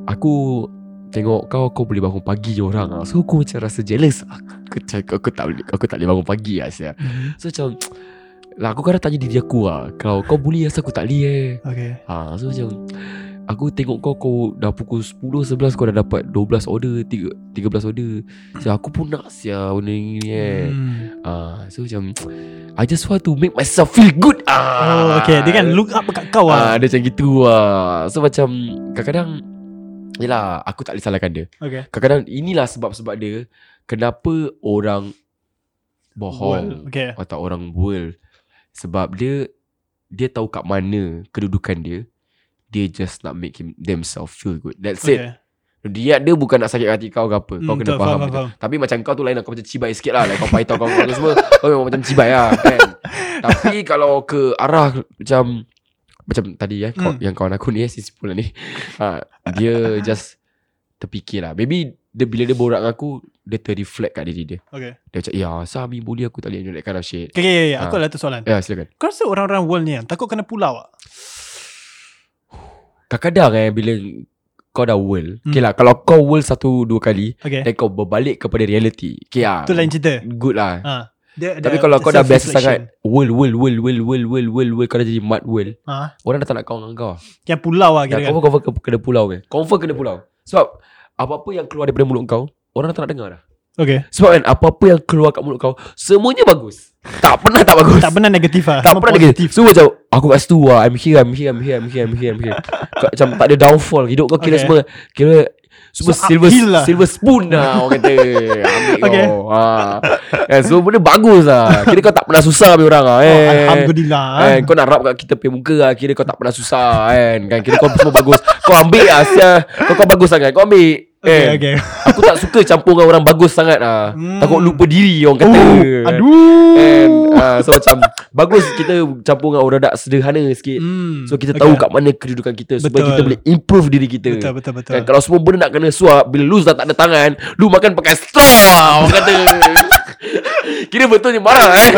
S5: Aku Tengok kau Kau boleh bangun pagi je orang lah. So aku macam rasa jealous lah. Aku, aku, aku tak boleh Aku tak boleh bangun pagi lah sia. So macam lah aku kadang tanya diri aku lah Kalau kau boleh Asal aku tak boleh eh
S4: Okay.
S5: ha, So macam Aku tengok kau Kau dah pukul 10 11 kau dah dapat 12 order 3, 13 order So aku pun nak sia Benda ni eh
S4: Hmm.
S5: Ah, so macam I just want to make myself feel good.
S4: Oh,
S5: Ah.
S4: okay. Dia kan look up kat kau
S5: Ah,
S4: lah.
S5: dia macam gitu ah. So macam kadang-kadang Yelah aku tak boleh salahkan dia
S4: Okay.
S5: Kadang-kadang inilah sebab-sebab dia Kenapa orang
S4: Well,
S5: Bohong
S4: Okay.
S5: Atau orang bual Sebab dia Dia tahu kat mana Kedudukan dia Dia just nak make him, themselves feel good That's it
S4: Okay.
S5: Dia dia bukan nak sakit hati kau ke apa Kau
S4: Hmm,
S5: kena
S4: betul,
S5: faham,
S4: faham,
S5: betul.
S4: faham.
S5: Tapi macam kau tu lain lah, Kau macam cibai sikit lah like, Kau paitau kau kau semua Kau memang macam cibai lah kan Tapi kalau ke arah Macam Macam tadi ya kau,
S4: Hmm.
S5: Yang kawan aku ni eh, Si Sipul ni ha, Dia just Terfikir lah Maybe dia, Bila dia borak dengan aku Dia terreflect kat diri dia
S4: Okay.
S5: Dia macam Ya Sami boleh aku tak boleh That kind of shit
S4: Okay, okay, okay. aku
S5: Ah.
S4: ada satu soalan.
S5: Ya silakan
S4: Kau rasa orang-orang world ni kan, takut kena pulau tak?
S5: Kadang-kadang eh Bila kau dah world
S4: Hmm.
S5: Okay lah Kalau kau world satu dua kali
S4: Okay.
S5: Dan kau berbalik kepada reality Okay lah
S4: Itu lain cerita.
S5: Good lah
S4: Ha. Dia,
S5: Tapi
S4: dia
S5: kalau kau dah biasa
S4: self-reflection.
S5: sangat World, world, world, world, world, world, world, world Kau dah jadi mad world
S4: Ha.
S5: Orang dah tak nak kau dengan kau
S4: Yang pulau lah
S5: Dah
S4: kira kan.
S5: confirm, confirm ke- kena pulau ke Confirm kena pulau Sebab Apa-apa yang keluar daripada mulut kau Orang dah tak nak dengar dah
S4: Okay.
S5: Sebab kan Apa-apa yang keluar kat mulut kau Semuanya bagus Tak pernah tak bagus
S4: Tak pernah negatif lah.
S5: tak
S4: Semua
S5: pernah
S4: positif.
S5: negatif So macam Aku kat situ lah I'm here I'm here I'm here I'm here I'm here, I'm here. Kau, Macam tak ada downfall Hidup kau kira
S4: Okay.
S5: semua Kira Semua
S4: So,
S5: silver
S4: uphill lah.
S5: Silver spoon lah Orang kata Ambil
S4: Okay.
S5: kau ha. yeah, So benda bagus lah Kira kau tak pernah susah Ambil orang lah eh.
S4: Oh, Alhamdulillah.
S5: Kan, kau nak rap kat kita punya muka lah Kira kau tak pernah susah kan kan Kira kau semua bagus Kau ambil lah Asya Kau, kau bagus sangat Kau ambil
S4: Okay,
S5: kan.
S4: okay.
S5: Aku tak suka campur dengan orang bagus sangat lah
S4: Hmm.
S5: Takut lupa diri orang kata
S4: Oh,
S5: And,
S4: aduh.
S5: uh, so macam Bagus kita campur dengan orang dak sederhana sikit
S4: Hmm,
S5: So kita
S4: okay.
S5: tahu kat mana kedudukan kita Supaya
S4: Betul.
S5: kita boleh improve diri kita
S4: Betul, betul, betul.
S5: Kan, Kalau semua benda nak kena suap Bila lu dah tak ada tangan Lu makan pakai straw Orang kata Kira betul ni marah eh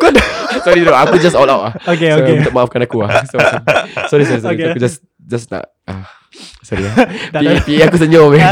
S5: Kau dah Sorry bro Aku just all out lah
S4: Okay,
S5: so,
S4: Eh, okay.
S5: minta maafkan aku lah so, macam- Sorry sorry sorry
S4: Okay.
S5: Aku just Just nak ah, Sorry lah
S4: Tak
S5: PA,
S4: ada.
S5: PA aku senyum eh.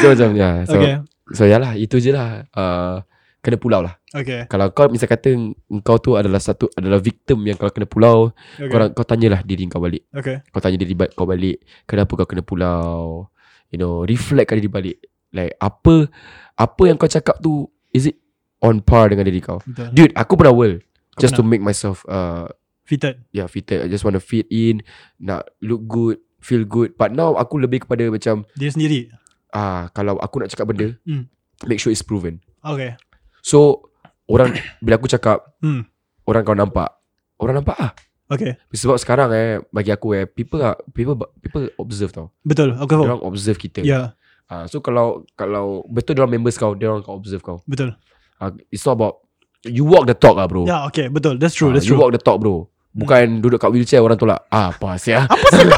S5: So macam ya So,
S4: Okay.
S5: so yalah Itu je lah uh, Kena pulau lah
S4: Okay.
S5: Kalau kau misal kata Kau tu adalah satu Adalah victim yang kalau kena pulau
S4: Okay.
S5: okay. kau, kau tanyalah diri kau balik
S4: Okay.
S5: Kau tanya diri ba- kau balik Kenapa kau kena pulau You know Reflectkan diri balik Like apa Apa yang kau cakap tu Is it On par dengan diri kau
S4: Betul.
S5: Dude aku pernah world
S4: Kau
S5: Just to
S4: pernah?
S5: make myself uh,
S4: Fitted.
S5: yeah fitted I just want to fit in nak look good feel good but now aku lebih kepada macam
S4: Dia sendiri.
S5: ah kalau aku nak cakap benda
S4: Hmm.
S5: make sure it's proven
S4: Okay.
S5: so orang bila aku cakap
S4: Hmm.
S5: orang kau nampak orang nampak ah
S4: Okay.
S5: sebab sekarang eh bagi aku eh people ah, people people observe tau
S4: Betul. Aku faham.
S5: oh. orang observe
S4: Ya.
S5: kita
S4: Yeah,
S5: ah so kalau kalau betul dia members kau dia orang kau observe kau
S4: betul.
S5: ah, it's all about you walk the talk ah bro
S4: Ya, yeah, okay. Betul. That's true.
S5: Ah,
S4: That's
S5: you
S4: true. Hmm.
S5: walk the talk bro Bukan duduk kat wheelchair Orang tolak ah, Apa sia Apa sia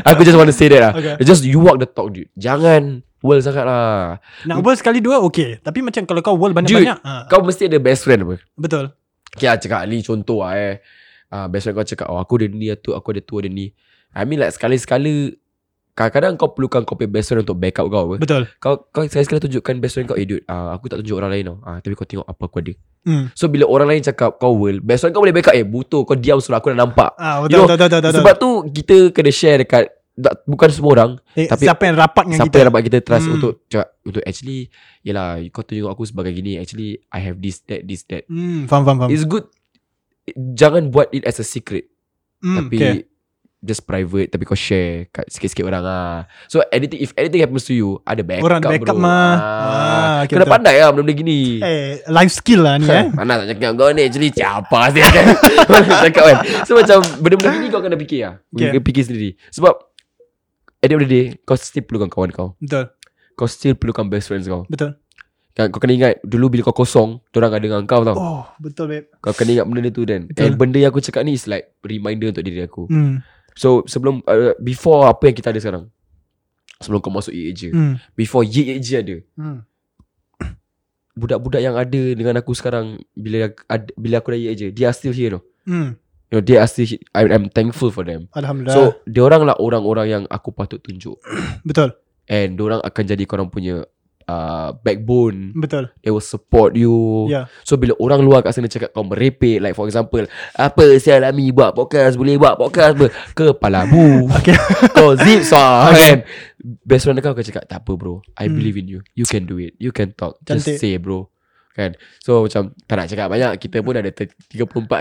S5: Aku just want to say that lah
S4: Okay.
S5: okay. Just you walk the talk dude Jangan Well sangat lah
S4: Nak world sekali dua okay Tapi macam kalau kau world
S5: Dude
S4: banyak-banyak ha,
S5: Kau mesti ada best friend apa
S4: Betul
S5: Okay lah cakap Ali contoh lah eh uh, Best friend kau cakap Oh aku ada ni tu Aku ada tu ada ni I mean like sekali-sekala Kadang-kadang kau perlukan Kau punya best friend Untuk backup kau apa
S4: Betul
S5: Kau, kau sekali-sekala tunjukkan Best friend kau Eh dude uh, Aku tak tunjuk orang lain tau uh, Tapi kau tengok apa aku ada
S4: hmm.
S5: So bila orang lain cakap Kau world Best friend kau boleh backup Eh butuh kau diam suruh Aku nak nampak
S4: Ah,
S5: You
S4: betul,
S5: know,
S4: betul, betul, betul, betul,
S5: Sebab tu Kita kena share dekat tak, Bukan semua orang
S4: eh,
S5: tapi-
S4: Siapa yang rapat dengan
S5: Siapa
S4: kita
S5: yang dapat kita trust
S4: Hmm.
S5: Untuk cakap Untuk actually Yelah kau tunjuk aku sebagai gini Actually I have this that this that
S4: hmm, Faham faham faham
S5: It's good Jangan buat it as a secret
S4: hmm,
S5: Tapi
S4: okay.
S5: Just private Tapi kau share Kat sikit-sikit orang lah So anything If anything happens to you Ada backup
S4: Orang ada backup
S5: bro.
S4: mah.
S5: ah,
S4: Ah, okay,
S5: Kena
S4: betul.
S5: pandai lah Benda-benda gini
S4: Eh, life skill lah ni eh.
S5: Mana nak cakap kau ni Actually siapa sih kan Mana cakap kan So macam Benda-benda gini kau kena fikir lah
S4: Okay.
S5: Kena fikir sendiri Sebab At the end of the day Kau still perlukan kawan kau
S4: Betul.
S5: Kau still perlukan best friends kau
S4: Betul.
S5: Kan, Kau kena ingat Dulu bila kau kosong Diorang ada dengan kau tau
S4: Oh, betul babe.
S5: Kau kena ingat benda tu kan
S4: Betul.
S5: And benda yang aku cakap ni Is like reminder untuk diri aku
S4: Hmm.
S5: So sebelum uh, Before apa yang kita ada sekarang Sebelum kau masuk EAJ
S4: Hmm.
S5: Before EAJ ada
S4: Hmm.
S5: Budak-budak yang ada dengan aku sekarang Bila ad, bila aku dah EAJ They are still here tau
S4: hmm.
S5: You know, they are still I, I'm thankful for them
S4: Alhamdulillah.
S5: So dia orang lah orang-orang yang aku patut tunjuk
S4: betul.
S5: And dia orang akan jadi korang punya uh, Backbone
S4: Betul.
S5: They will support you
S4: Ya.
S5: So bila orang luar kat sana cakap kau merepek Like for example Apa si Alami buat podcast Boleh buat podcast apa Kepala bu
S4: Okay.
S5: Kau zip sah kan Best friend kau akan cakap Tak apa bro I
S4: Hmm.
S5: believe in you You can do it You can talk
S4: Cantik.
S5: Just say bro Kan So macam Tak nak cakap banyak Kita pun ada 34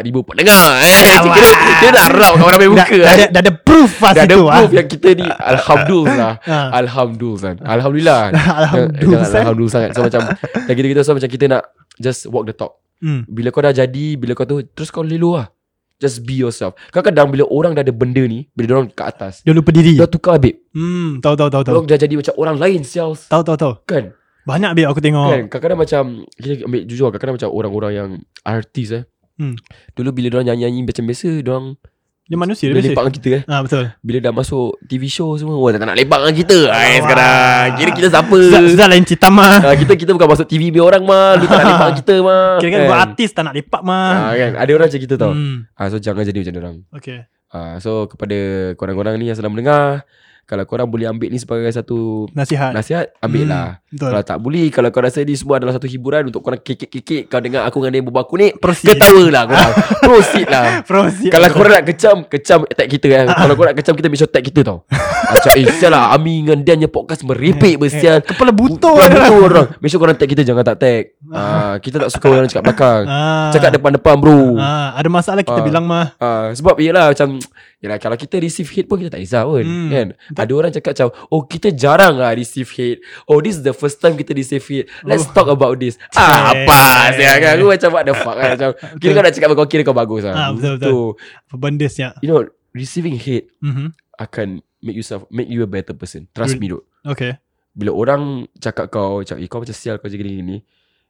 S5: ribu pendengar eh. Kira, Dia dah rap kat orang main
S4: Dah,
S5: muka
S4: dah,
S5: eh.
S4: ada, dah ada proof lah
S5: Dah ada
S4: situ ah.
S5: proof yang kita ni Alhamdulillah Hmm.
S4: Ah.
S5: Alhamdulillah Alhamdulillah
S4: Alhamdulillah.
S5: Jangan- Alhamdulillah sangat So macam Dan kita-kita so macam kita nak Just walk the talk
S4: Hmm.
S5: Bila kau dah jadi Bila kau tu Terus kau lelu lah Just be yourself Kadang-kadang bila orang dah ada benda ni Bila orang kat atas
S4: Dia lupa diri.
S5: Dia tukar babe
S4: Hmm, tahu tahu tahu tahu.
S5: Orang dah jadi macam orang lain Sials
S4: Tahu tahu tahu.
S5: Kan
S4: Banyak babe aku tengok.
S5: Kan Kadang-kadang macam kita ambil jujur Kadang-kadang macam orang-orang yang Artis eh
S4: Hmm.
S5: Dulu bila orang nyanyi-nyanyi Macam biasa Diorang
S4: Dia manusia
S5: Dia
S4: dia
S5: lepak
S4: mesti.
S5: dengan kita eh
S4: Ah betul.
S5: Bila dah masuk TV show semua Wah tak nak lepak dengan kita eh,
S4: Wah.
S5: Sekarang Kira kita siapa
S4: Zat, Zat lain cerita mah.
S5: Ah, kita kita bukan masuk TV punya orang mah Lu tak nak lepak dengan kita mah
S4: Kira kan buat artis tak nak lepak
S5: Eh. Ah,
S4: mah.
S5: kan? Ada orang macam kita tau
S4: Hmm.
S5: ah, So jangan jadi macam dia orang
S4: Okay.
S5: ah, So kepada korang-korang ni yang sedang mendengar Kalau korang boleh ambil ni sebagai satu
S4: Nasihat.
S5: nasihat
S4: Hmm,
S5: Ambil lah
S4: Betul.
S5: Kalau tak boleh Kalau kau rasa ni semua adalah satu hiburan Untuk korang kekek-kekek Kau dengar aku dengan dia berbual kunik
S4: Proceed.
S5: Ketawa lah korang Proceed lah
S4: Proceed.
S5: kalau korang nak kecam Kecam tag kita kan
S4: Ah.
S5: Kalau korang nak kecam Kita make sure tag kita tau Macam eh sial lah Ami dengan Dan yang
S4: Eh,
S5: podcast Merepek bersial
S4: Kepala eh. buta dia
S5: Betul orang Make sure korang tag kita Jangan tak tag Ah, Kita tak suka orang cakap belakang
S4: Ah.
S5: Cakap depan-depan bro
S4: Ah, ada masalah kita
S5: Ah.
S4: bilang mah.
S5: Ah, Sebab yelah macam Yelah kalau kita receive hate pun Kita tak risau pun
S4: Hmm.
S5: kan? Ada orang cakap macam Oh kita jarang lah receive hate Oh this is the first time kita receive hate Let's talk about this ah,
S4: Oh. Eh.
S5: Apa sial kan Aku macam what the fuck kan Macam, Kira kau nak cakap Kau kira kau bagus
S4: Ah,
S5: lah
S4: betul, betul.
S5: Tu,
S4: Apa benda siap.
S5: You know Receiving hate
S4: ya. Mhm.
S5: akan make yourself make you a better person. Trust
S4: Good.
S5: me dok.
S4: Okay.
S5: Bila orang cakap kau, cakap, eh, kau macam sial kau macam gini gini.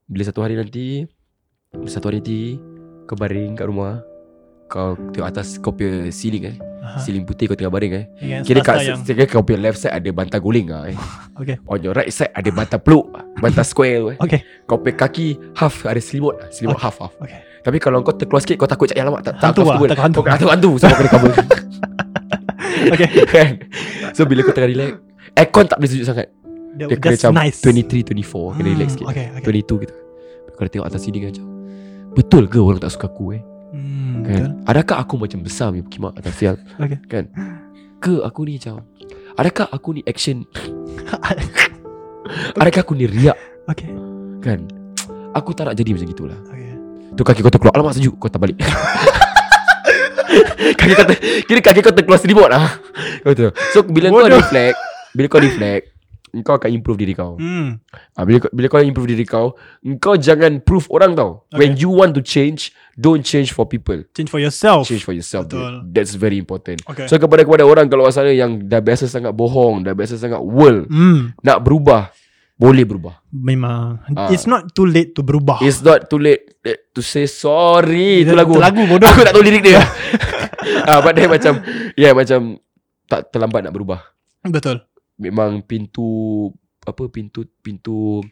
S5: Bila satu hari nanti, bila satu hari nanti kau baring kat rumah, kau tengok atas kau punya ceiling eh.
S4: Aha.
S5: Ceiling putih kau tengah baring eh.
S4: Dengan
S5: Kira kat
S4: Ah. yang
S5: kira kau punya left side ada bantal guling ah eh.
S4: Okay.
S5: On your right side ada bantal peluk, bantal square tu eh.
S4: Okay
S5: Kau punya kaki half ada selimut, ah, selimut half half.
S4: Okay
S5: Tapi kalau kau terkeluar sikit kau takut cakap alamak tak tak
S4: Hantu lah,
S5: comfortable.
S4: takut hantu.
S5: Kau hantu hantu so kau kena cover.
S4: Okay
S5: kan So bila kau tengah relax Aircon tak boleh sejuk sangat
S4: Dia
S5: Dia kena
S4: Just
S5: macam
S4: nice
S5: 23, 24 Kena
S4: Hmm,
S5: relax sikit
S4: Okay, okay.
S5: 22 kita Kalau tengok atas sini kan macam Betul ke orang tak suka aku eh
S4: Hmm, betul.
S5: kan? Adakah aku macam besar ni Kimak atas sial
S4: Okay.
S5: Kan Ke aku ni macam Adakah aku ni action Adakah aku ni riak
S4: Okay
S5: Kan Aku tak nak jadi macam gitulah
S4: Okay
S5: Tu kaki kau terkeluar Alamak sejuk Kau tak balik Kaki kau ter, Kira kaki kau terkeluar selimut lah Kau tu So bila kau
S4: Bodoh.
S5: reflect Bila kau reflect Kau akan improve diri kau
S4: Hmm
S5: ha, bila, kau- bila kau improve diri kau Kau jangan prove orang tau okay. When you want to change Don't change for people
S4: Change for yourself
S5: Change for yourself dude.
S4: Betul.
S5: That's very important
S4: Okay.
S5: So kepada kepada orang Kalau sana yang Dah biasa sangat bohong Dah biasa sangat world
S4: Hmm
S5: Nak berubah Boleh berubah
S4: Memang
S5: Ah.
S4: It's not too late to berubah
S5: It's not too late To say sorry Itu lagu
S4: Itu Ah. lagu bodoh
S5: Aku tak tahu lirik dia ah, But then macam Yeah macam Tak terlambat nak berubah
S4: Betul
S5: Memang pintu Apa pintu Pintu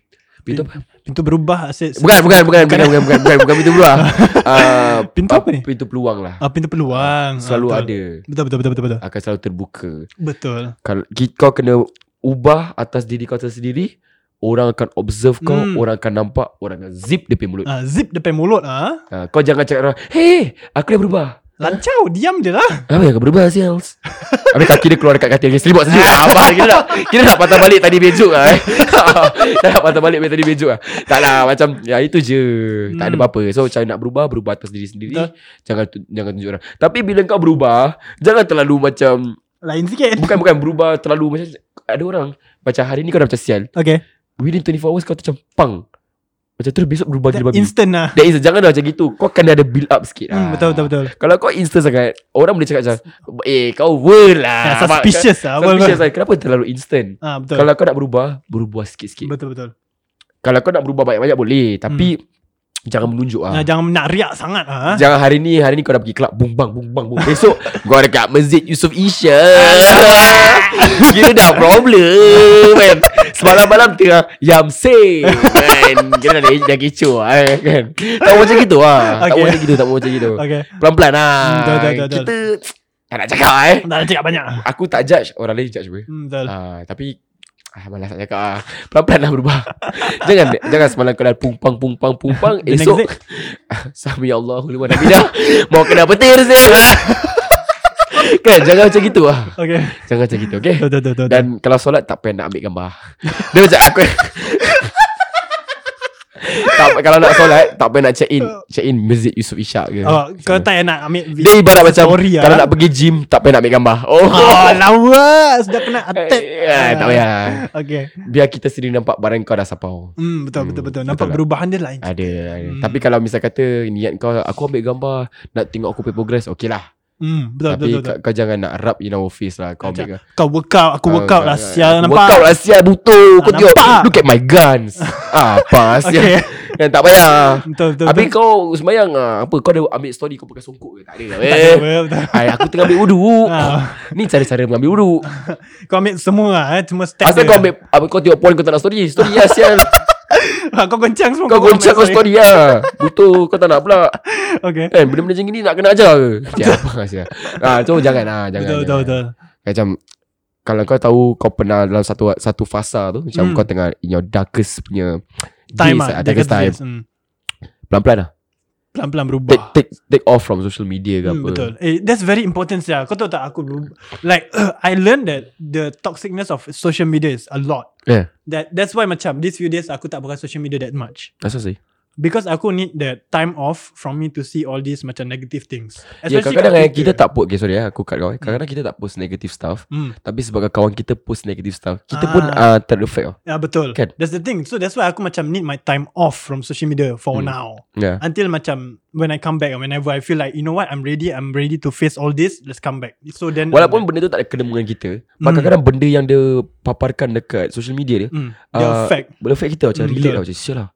S5: Pintu apa?
S4: Pintu berubah asyik,
S5: Bukan bukan bukan Bukan bukan bukan, bukan, bukan pintu berubah Ah,
S4: Pintu
S5: ah,
S4: apa ni?
S5: Pintu peluang lah
S4: ah, Pintu peluang
S5: Selalu
S4: Ah,
S5: ada
S4: Betul betul betul betul betul
S5: Akan selalu terbuka
S4: Betul
S5: Kalau ki- kau kena ubah atas diri kau sendiri, orang akan observe kau,
S4: Hmm.
S5: orang akan nampak, orang akan zip depan mulut.
S4: ah, Zip depan mulut ah.
S5: Ha, kau jangan cakap orang, "Hey, aku dah berubah."
S4: Lancau diam je lah
S5: Apa yang kau berubah sales? Habis kaki dia keluar dekat kaki dia Seribut sejuk ah, Apa kita nak Kita nak patah balik tadi bejuk lah eh. Kita nak patah balik tadi bejuk lah Tak lah macam Ya itu je Tak ada
S4: Hmm.
S5: apa-apa So cara nak berubah Berubah atas diri sendiri
S4: Betul.
S5: Jangan tu- jangan tunjuk orang Tapi bila kau berubah Jangan terlalu macam
S4: Lain sikit
S5: Bukan bukan berubah terlalu macam ada orang macam hari ni kau dah macam sial.
S4: Okay
S5: Within 24 hours kau macam pang. Macam terus besok berubah
S4: That
S5: gila babi.
S4: Instant lah
S5: That is jangan dah macam gitu. Kau kena ada build up sikit.
S4: hmm,
S5: lah.
S4: Betul betul betul
S5: Kalau kau instant sangat Orang boleh cakap macam Eh kau world lah
S4: Ah, Suspicious lah
S5: Kau, suspicious lah Kenapa terlalu instant
S4: ah, Betul
S5: Kalau kau nak berubah Berubah sikit-sikit
S4: Betul betul
S5: Kalau kau nak berubah banyak-banyak boleh Tapi Jangan menunjuk lah
S4: ah, Jangan nak riak sangat ah.
S5: Jangan hari ni Hari ni kau dah pergi kelab Bung bang bung bang bung Besok Kau dekat masjid Yusof Isha Kira dah problem kan Semalam malam tengah Yamse kan Kira dah, dah kecoh eh, kan Tak mahu macam gitu lah Tak mahu
S4: Okay.
S5: macam gitu Tak mahu macam gitu
S4: Okay
S5: Pelan-pelan lah
S4: Hmm, betul, betul, betul,
S5: Kita Tak nak cakap eh
S4: Tak nak cakap banyak
S5: Aku tak judge Orang lain judge gue
S4: hmm, Betul
S5: Ah, Tapi Ah, malas nak cakap ah. Pelan-pelan lah berubah Jangan Jangan semalam kau dah pumpang Pumpang pumpang
S4: The next
S5: Esok
S4: day
S5: Sami Allahu liman hamidah. Mau kena petir Zil. kan jangan macam gitu ah.
S4: Okay
S5: Jangan macam gitu okey.
S4: Betul betul betul, betul
S5: Dan kalau solat tak payah nak ambil gambar. Dia macam aku tak, kalau nak solat tak payah nak check in check in masjid Yusof Ishak ke.
S4: Oh, kau tak payah nak ambil
S5: Dia ibarat macam
S4: story lah.
S5: kalau nak pergi gym tak payah nak ambil gambar. Oh.
S4: Oh lawa Sudah kena attack
S5: Eh, tak payah lah.
S4: Okay
S5: Biar kita sendiri nampak barang kau dah sapau.
S4: Hmm, betul, betul,
S5: Hmm,
S4: betul.
S5: betul
S4: Nampak
S5: lah.
S4: perubahan dia lain.
S5: Ada, ada.
S4: Hmm.
S5: Tapi kalau misal kata niat kau aku ambil gambar nak tengok aku punya progress okey lah.
S4: Hmm, betul,
S5: Tapi
S4: betul, betul.
S5: Kau, kau jangan nak rub in our face lah Kau
S4: Macam,
S5: ambil
S4: Kau workout, aku workout lah. Sial, nampak?
S5: Oh, Workout lah sial Butuh Kau
S4: Ah,
S5: tengok
S4: nampak.
S5: Look at my guns ah, Apa
S4: Okay.
S5: sial Yang tak payah
S4: Betul, betul,
S5: Habis
S4: betul.
S5: kau semayang ah, Apa kau ada ambil story Kau pakai songkok ke Tak ada
S4: Tak ada,
S5: eh.
S4: betul, betul.
S5: Ay, aku tengah ambil wuduk
S4: Ah.
S5: Ni cara-cara mengambil wuduk
S4: Kau ambil semua lah, eh. Semua step
S5: Asal
S4: dia.
S5: kau ambil apa, Kau tengok porn Kau tak nak story Story lah sial
S4: Ah, Kau goncang semua.
S5: Kau
S4: ambil
S5: goncang kau story lah Butuh Kau tak nak pula
S4: Okay.
S5: Kan benda-benda macam ni Nak kena ajar ke Sial apa sial ah, So jangan ah, jangan,
S4: Betul,
S5: jangan.
S4: betul, betul.
S5: Macam Kalau kau tahu Kau pernah dalam satu Satu fasa tu Macam
S4: Hmm.
S5: kau tengah In your darkest punya
S4: Time
S5: days ah,
S4: lah. dia
S5: Darkest
S4: kata
S5: time
S4: days. Hmm.
S5: Pelan-pelan lah
S4: Pelan-pelan
S5: take,
S4: berubah.
S5: take, take off from social media ke
S4: Hmm,
S5: apa
S4: betul. Eh, that's very important sia. Kau tahu tak aku dulu- like I learned that the toxicness of social media is a lot.
S5: Yeah.
S4: That that's why macam these few days aku tak pakai social media that much.
S5: That's what I say
S4: Because aku need that time off from me to see all these macam negative things.
S5: Ya
S4: Especially kat
S5: kadang-kadang eh, kita
S4: Twitter.
S5: tak post Okay sorry lah Aku cut kau eh. Kadang-kadang kita tak post negative stuff
S4: Hmm.
S5: Tapi sebab kawan kita post negative stuff Kita
S4: Ah.
S5: pun uh, tereffect tau
S4: Ya betul.
S5: Kan?
S4: That's the thing. So that's why aku macam need my time off from social media for
S5: Hmm.
S4: now.
S5: yeah.
S4: Until macam when I come back and whenever I feel like you know what I'm ready, I'm ready to face all this. Let's come back. So then
S5: Walaupun benda tu tak ada kena dengan kita
S4: Hmm.
S5: Maka kadang-kadang benda yang dia Paparkan dekat social media dia
S4: hmm, the
S5: Ah,
S4: effect.
S5: Boleh affect kita macam
S4: Hmm,
S5: relate
S4: betul.
S5: lah Macam sial lah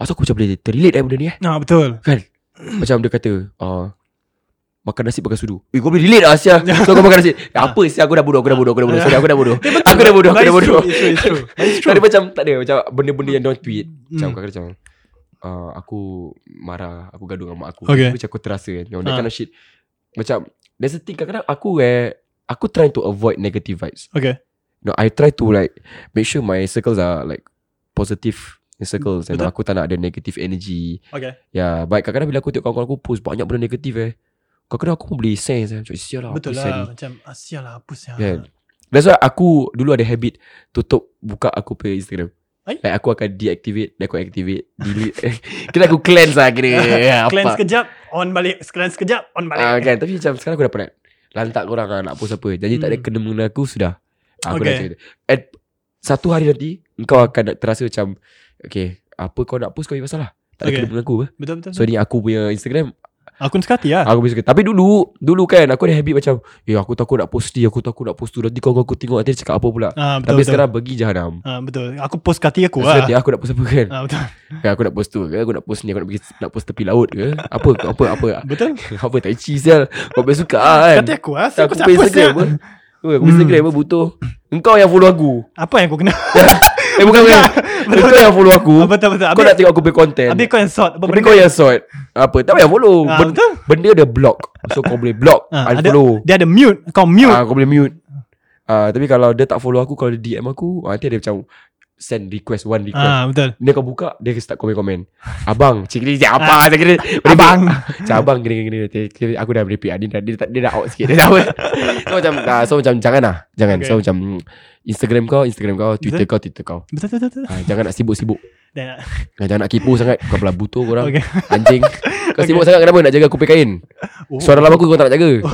S5: Asal aku macam boleh terrelate eh benda ni eh
S4: Nah Ah, betul. Hmm.
S5: Macam dia kata uh, Makan nasi pakai sudu Eh kau boleh relate lah Asia So kau makan nasi Eh, Apa Asia aku dah bodoh Aku dah bodoh Aku dah bodoh Sorry aku dah
S4: Eh,
S5: bodoh Aku dah bodoh Aku
S4: But
S5: dah
S4: it's
S5: bodoh
S4: true, it's true, it's true. But it's
S5: Tak
S4: true.
S5: ada macam Tak ada macam Benda-benda yang dia tweet Macam
S4: Hmm.
S5: kau kata macam uh, Aku marah Aku gaduh dengan mak aku
S4: Okay.
S5: Macam aku terasa kan You know, That
S4: Ah.
S5: kind of shit Macam There's a thing Kadang-kadang aku eh Aku try to avoid negative vibes
S4: Okay.
S5: No, I try to like Make sure my circles are like Positive circles And
S4: Betul.
S5: aku tak nak ada negative energy
S4: Okay.
S5: Ya, baik kadang-kadang bila aku tengok kawan-kawan aku post banyak benda negatif eh. Kadang-kadang aku pun boleh sense eh. Macam sial lah. apa
S4: Betul
S5: sial
S4: lah
S5: ni.
S4: macam asia lah apa sia.
S5: Kan? That's why aku dulu ada habit tutup buka aku punya Instagram.
S4: Ai?
S5: Like aku akan deactivate, then aku activate, delete. kira aku cleanse lah kira. Ya,
S4: Cleanse
S5: apa.
S4: kejap, on balik. Cleanse kejap, on balik.
S5: Ah, kan? Tapi macam sekarang aku dah penat. Lantak korang lah nak post apa. Janji tak ada
S4: Hmm.
S5: kena mengena aku sudah. Ah, Aku dah
S4: Okay.
S5: cakap. And satu hari nanti engkau akan nak terasa macam okay, apa kau nak post kau punya masalah. Tak ada
S4: Okay.
S5: kena mengena aku apa.
S4: Betul betul.
S5: So ni aku punya Instagram
S4: Aku nak suka hati lah
S5: Aku boleh suka Tapi dulu Dulu kan aku ada habit macam Eh aku takut nak post ni Aku takut nak post tu Nanti kau aku tengok Nanti dia cakap apa pula
S4: Ah, betul,
S5: Tapi
S4: betul.
S5: sekarang pergi jahanam
S4: Ah, Betul Aku post kat hati aku lah
S5: Sebab dia aku nak post apa kan
S4: Ah, Betul
S5: Kan aku nak post tu ke Aku nak post ni Aku nak pergi nak post tepi laut ke Apa apa apa
S4: Betul
S5: Apa tai chi sial Kau boleh suka lah kan
S4: Kat hati aku lah Siapa
S5: Aku
S4: siapa
S5: punya Instagram
S4: siap?
S5: apa Weh, Aku punya
S4: Hmm.
S5: Instagram apa butuh Engkau yang follow aku
S4: Apa yang aku kena
S5: Eh bukan bukan Engkau yang follow aku
S4: Ah, Betul betul
S5: Kau nak tengok aku punya content
S4: Habis kau yang sort Apa
S5: Tapi kau yang sort Apa Tak payah follow
S4: Ah,
S5: ben-
S4: betul.
S5: Benda dia block So kau boleh block
S4: Ah, ada,
S5: Unfollow
S4: Dia ada mute Kau mute
S5: Ah, kau boleh mute. Ah, tapi kalau dia tak follow aku, kalau dia DM aku, ah, nanti dia macam send request one request.
S4: Ah Betul
S5: Dia kau buka, dia start komen-komen. Abang, cik ni cik apa? Saya kira
S4: Ah, Abang.
S5: Cik abang gini gini gini. Kira aku dah repeat. ah, Dia dah dia, dah- dia dah out sikit. Dia dah out. so macam ah, so macam jangan lah. Jangan.
S4: Okay.
S5: So macam mm, Instagram kau, Instagram kau, Twitter kau, Twitter kau.
S4: Betul betul betul, betul
S5: Ah, jangan nak sibuk-sibuk.
S4: Dan
S5: Ah, Jangan nak kipu sangat. Kau pula butuh korang.
S4: Okay.
S5: Anjing. Kau sibuk sangat kenapa nak jaga kuping kain?
S4: Oh.
S5: Suara lama aku kau tak nak jaga.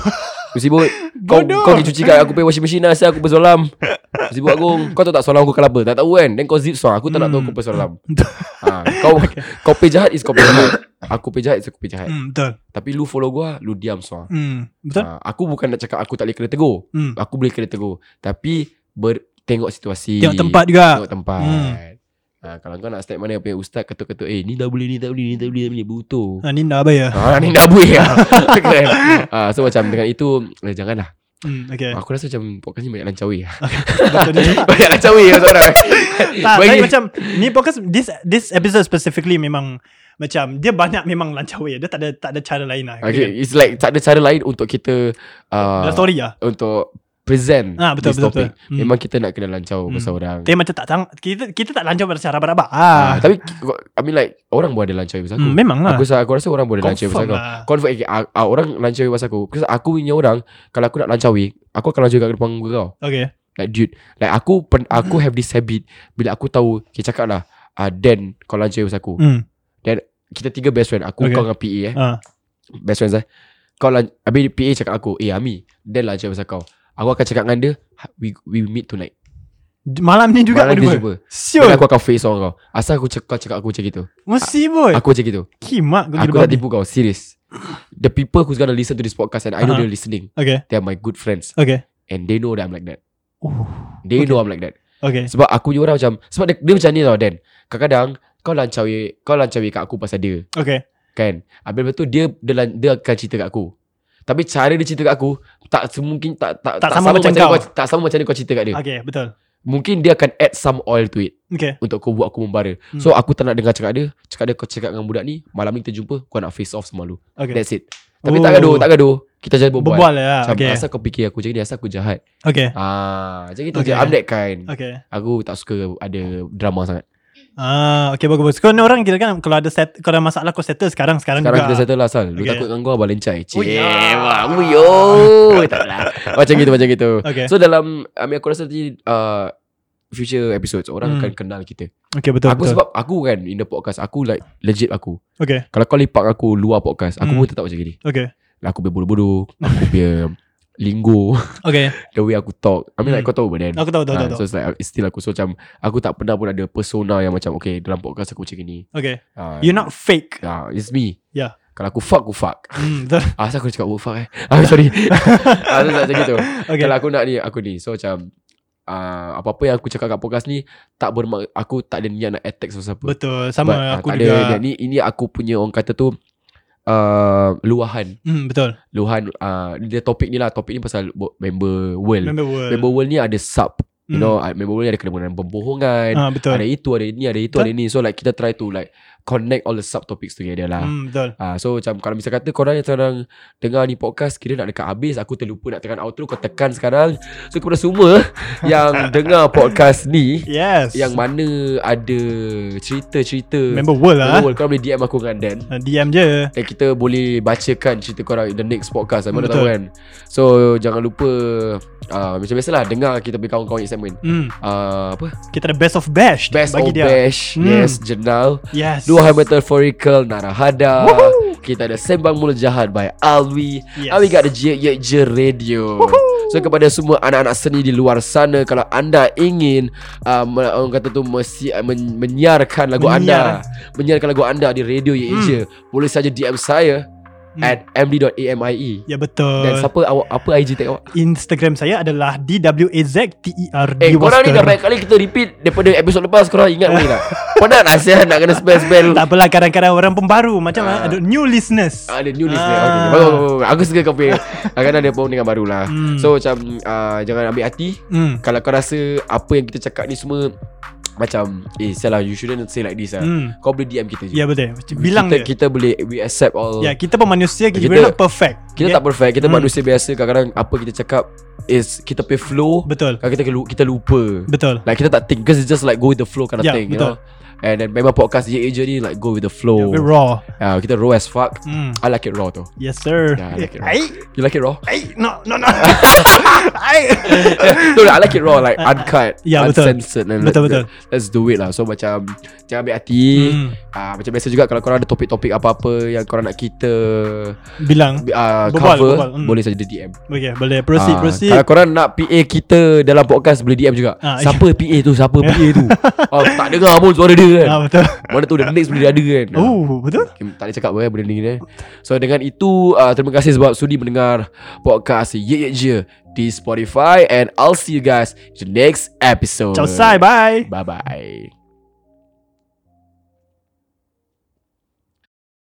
S5: Kau sibuk. Kau
S4: Bodoh.
S5: kau pergi cuci kat aku pay washing machine lah Asal aku bersolam Kau Sibuk aku Kau tahu tak solam aku kenapa Tak tahu kan Then kau zip soal Aku tak nak tahu
S4: Hmm.
S5: aku bersolam ha, Kau kau pay jahat is kau pay jahat Aku pay jahat is aku pay jahat
S4: Hmm, Betul
S5: Tapi lu follow gua Lu diam soal
S4: Hmm, Betul
S5: ha, Aku bukan nak cakap Aku tak boleh kena tegur
S4: Hmm.
S5: Aku boleh kena tegur Tapi ber, Tengok situasi
S4: Tengok tempat juga
S5: Tengok tempat
S4: Hmm.
S5: ha, Kalau kau nak step mana Punya ustaz ketuk-ketuk Eh ni tak boleh Ni tak boleh Ni tak boleh, ni tak boleh Butuh
S4: Ah, ni dah bayar.
S5: Ha, ni dah buih lah kan? ha, So macam dengan itu eh, Janganlah
S4: Hmm, okay.
S5: Aku rasa macam Podcast ni banyak lancawi lah
S4: Betul ni.
S5: Banyak lancawi lah seorang
S4: Tak, tapi
S5: Bagi-
S4: macam ni podcast this this episode specifically memang macam dia banyak memang lancar way. Dia tak ada tak ada cara lain lah.
S5: Okay It's like Tak ada cara lain Untuk kita
S4: Dalam
S5: uh,
S4: story lah.
S5: Untuk Present
S4: Ah, betul,
S5: This
S4: betul,
S5: topic
S4: betul. Hmm.
S5: Memang kita nak kena lancau Pasal orang
S4: Tapi macam tak tang- kita kita tak lancar pada cara rabak-rabak.
S5: Ah,
S4: Ah.
S5: tapi I mean like Orang boleh ada lancawi pasal aku
S4: Hmm, memang lah.
S5: Aku rasa, aku rasa orang boleh lancawi pasal
S4: Confirm
S5: kau
S4: lah.
S5: Confirm okay, ah, ah, Orang lancawi pasal aku Because aku punya orang Kalau aku nak lancawi Aku akan lancawi kat depan muka kau
S4: Okay.
S5: Like dude Like aku pen, Aku have this habit Bila aku tahu Okay cakap lah uh, Dan Kau lancawi pasal aku
S4: Hmm.
S5: Kita tiga best friend Aku
S4: Okay.
S5: okay. kau dengan PA eh
S4: Ah.
S5: Best friends eh Kau lan Habis PA cakap aku Eh Ami Dan lancawi pasal kau Aku akan cakap dengan dia "Ha, We we meet tonight
S4: Malam ni juga
S5: Malam
S4: kau
S5: kita
S4: jumpa.
S5: jumpa
S4: Siul.
S5: Dan aku akan face on kau Asal aku cakap, kau cakap aku macam gitu
S4: Mesti boy.
S5: Aku macam gitu
S4: Kimak kau
S5: Aku
S4: gila
S5: tak
S4: babi.
S5: tipu kau Serious The people who's gonna listen to this podcast And I know
S4: Aha.
S5: they're listening
S4: Okay.
S5: They are my good friends
S4: Okay.
S5: And they know that I'm like that
S4: Oh.
S5: They
S4: Okay.
S5: know I'm like that
S4: Okay.
S5: Sebab aku punya orang macam Sebab dia, dia macam ni tau Dan Kadang-kadang Kau lancawi Kau lancawi kat aku pasal dia
S4: Okay.
S5: Kan Habis lepas tu dia Dia, lan- dia akan cerita kat aku Tapi cara dia cerita kat aku Tak semungkin Tak tak,
S4: Tak sama macam kau. Ah.
S5: Tak sama macam kau cerita kat dia
S4: Okay, betul.
S5: Mungkin dia akan add some oil to it
S4: Okay.
S5: Untuk kau buat aku membara
S4: Hmm.
S5: So aku tak nak dengar cakap dia Cakap dia kau cakap dengan budak ni Malam ni kita jumpa Kau nak face off sama lu
S4: Okay.
S5: That's it Tapi
S4: Oh.
S5: tak gaduh Tak gaduh Kita jangan berbual,
S4: Berbual lah.
S5: Macam
S4: Okay.
S5: asal kau fikir aku macam ni Asal aku jahat
S4: Okay.
S5: Ah, Macam itu
S4: Okay.
S5: je I'm that kind
S4: Okay.
S5: Aku tak suka ada
S4: Oh.
S5: drama sangat
S4: Ah, okay bagus bagus. Kau ni orang kira kan kalau ada set, kalau ada masalah kau settle sekarang sekarang,
S5: Sekarang kita
S4: juga.
S5: settle lah Sal Lu
S4: Okay.
S5: takut dengan gua abang lencai Cik
S4: Oh, ya.
S5: Aku yo Tak lah Macam gitu macam gitu
S4: Okay.
S5: So dalam I mean, Aku rasa nanti uh, Future episodes
S4: Hmm.
S5: Orang akan kenal kita
S4: Okay betul
S5: Aku
S4: betul.
S5: sebab Aku kan in the podcast Aku like Legit aku
S4: okay.
S5: Kalau kau lipat aku Luar podcast Aku
S4: Hmm.
S5: pun tetap macam gini
S4: Okay.
S5: Lah, Aku punya bodoh-bodoh Aku punya Linggo
S4: Okay.
S5: The way aku talk I mean like
S4: Hmm.
S5: kau tahu benda kan
S4: Aku tahu tahu
S5: Ah,
S4: tahu. tahu.
S5: So it's like it's Still aku So macam Aku tak pernah pun ada persona Yang macam Okay dalam podcast aku macam gini
S4: Okay.
S5: Ah,
S4: You're not fake.
S5: ah, It's me
S4: Yeah.
S5: Kalau aku fuck Aku fuck
S4: Hmm, betul.
S5: Ah, asal aku cakap work fuck eh ah, Sorry ah, so, so, Macam gitu okay.
S4: Okay.
S5: Kalau aku nak ni Aku ni So macam uh, Apa-apa yang aku cakap kat podcast ni Tak bermak Aku tak ada niat nak attack sesiapa
S4: Betul. Sama
S5: But, ah,
S4: aku
S5: tak
S4: juga.
S5: ada, niat. Ni, Ini aku punya orang kata tu uh, Luahan
S4: Hmm, betul.
S5: Luahan uh, Dia topik ni lah Topik ni pasal bo- Member world
S4: Member world.
S5: Member world ni ada sub You
S4: Hmm.
S5: know ah, Member world ni ada kena-mengena Pembohongan
S4: Ah, betul.
S5: Ada itu Ada ini Ada itu
S4: Betul.
S5: Ada ini So like kita try to like Connect all the subtopics together lah
S4: Hmm, betul.
S5: Ah, so macam kalau misal kata korang yang sekarang dengar ni podcast kira nak dekat habis aku terlupa nak tekan outro kau tekan sekarang. So kepada semua yang dengar podcast ni
S4: Yes.
S5: yang mana ada cerita-cerita
S4: member world lah.
S5: member world, korang boleh DM aku dengan Dan.
S4: Ah, DM je.
S5: Dan kita boleh bacakan cerita korang in the next podcast lah. Mana
S4: Betul.
S5: tahu kan. So jangan lupa uh, macam biasalah dengar kita punya kawan-kawan segmen.
S4: Hmm,
S5: Uh, apa?
S4: kita ada best of bash
S5: Best
S4: bagi
S5: of
S4: dia.
S5: Bash.
S4: Hmm.
S5: Yes, Jenal.
S4: Yes.
S5: Dua High Metaphorical Narahada Kita ada Sembang Mula Jahat by Alwi
S4: Yes.
S5: yes. Alwi kat Ah, the Je Ye Je Radio So kepada semua anak-anak seni di luar sana Kalau anda ingin uh, me- Orang kata tu mesi, uh, men, Menyiarkan lagu
S4: Menyiar. Hmm.
S5: anda Menyiarkan lagu anda di Radio Ye Je Boleh saja DM saya At md.amie
S4: Ya Hmm. betul
S5: E. Dan siapa awak Apa IG tag awak
S4: Instagram saya adalah DWAZTERD
S5: Eh korang ni dah banyak kali Kita repeat Daripada episod lepas Korang ingat boleh tak Penat lah sihat Nak kena spell-spell
S4: Tak apalah kadang-kadang orang pembaru Macam ah. ada new listeners
S5: Ah, ada new list ni.
S4: Ah.
S5: Okay. Bagus, bagus, bagus. Aku suka kau punya. Kadang-kadang ada pun dengan baru lah.
S4: Hmm.
S5: So macam ah, jangan ambil hati.
S4: Hmm.
S5: Kalau kau rasa apa yang kita cakap ni semua macam eh salah you shouldn't say like this lah.
S4: Hmm.
S5: Kau boleh DM kita je.
S4: Ya betul Macam Bilang
S5: kita,
S4: dia
S5: kita boleh we accept all.
S4: Ya kita pun manusia Kita,
S5: Kita-
S4: we're not perfect
S5: Kita
S4: Okay?
S5: tak perfect. Kita
S4: Hmm.
S5: manusia biasa. Kadang-kadang apa kita cakap is kita pay flow.
S4: Betul
S5: Kadang kita kelu- kita lupa.
S4: Betul
S5: Like kita tak think Because it's just like Go with the flow kind of
S4: Yeah,
S5: thing
S4: betul.
S5: You know And then memang podcast Ye je ni Like go with the flow
S4: We're raw
S5: Ah, Kita raw as fuck
S4: Hmm.
S5: I like it raw tu
S4: Yes sir Eh,
S5: Yeah, I like it.
S4: Ai
S5: You like it raw?
S4: Ai No no no Ai
S5: no, no, I like it raw Like uncut
S4: Ya, betul.
S5: Uncensored and
S4: Betul,
S5: let-
S4: betul.
S5: Let's do it lah So macam Jangan ambil hati
S4: Hmm.
S5: hmm. uh, Macam biasa juga Kalau korang ada topik-topik apa-apa Yang korang nak kita
S4: Bilang
S5: uh,
S4: Berbual,
S5: Cover
S4: berbual, hmm.
S5: Boleh saja dia DM
S4: Okay boleh proceed
S5: Ah,
S4: proceed
S5: Kalau korang nak PA kita Dalam podcast Boleh DM juga
S4: Ah,
S5: Siapa PA tu Siapa PA tu Ah, Tak dengar pun suara dia kan
S4: Ah betul
S5: Mana tu the next boleh ada kan
S4: Oh betul
S5: Okay, tak boleh cakap apa eh, benda ni eh. So dengan itu uh, Terima kasih sebab sudi mendengar Podcast Ye Ye Je Di Spotify And I'll see you guys In the next episode
S4: Ciao sai bye
S5: Bye bye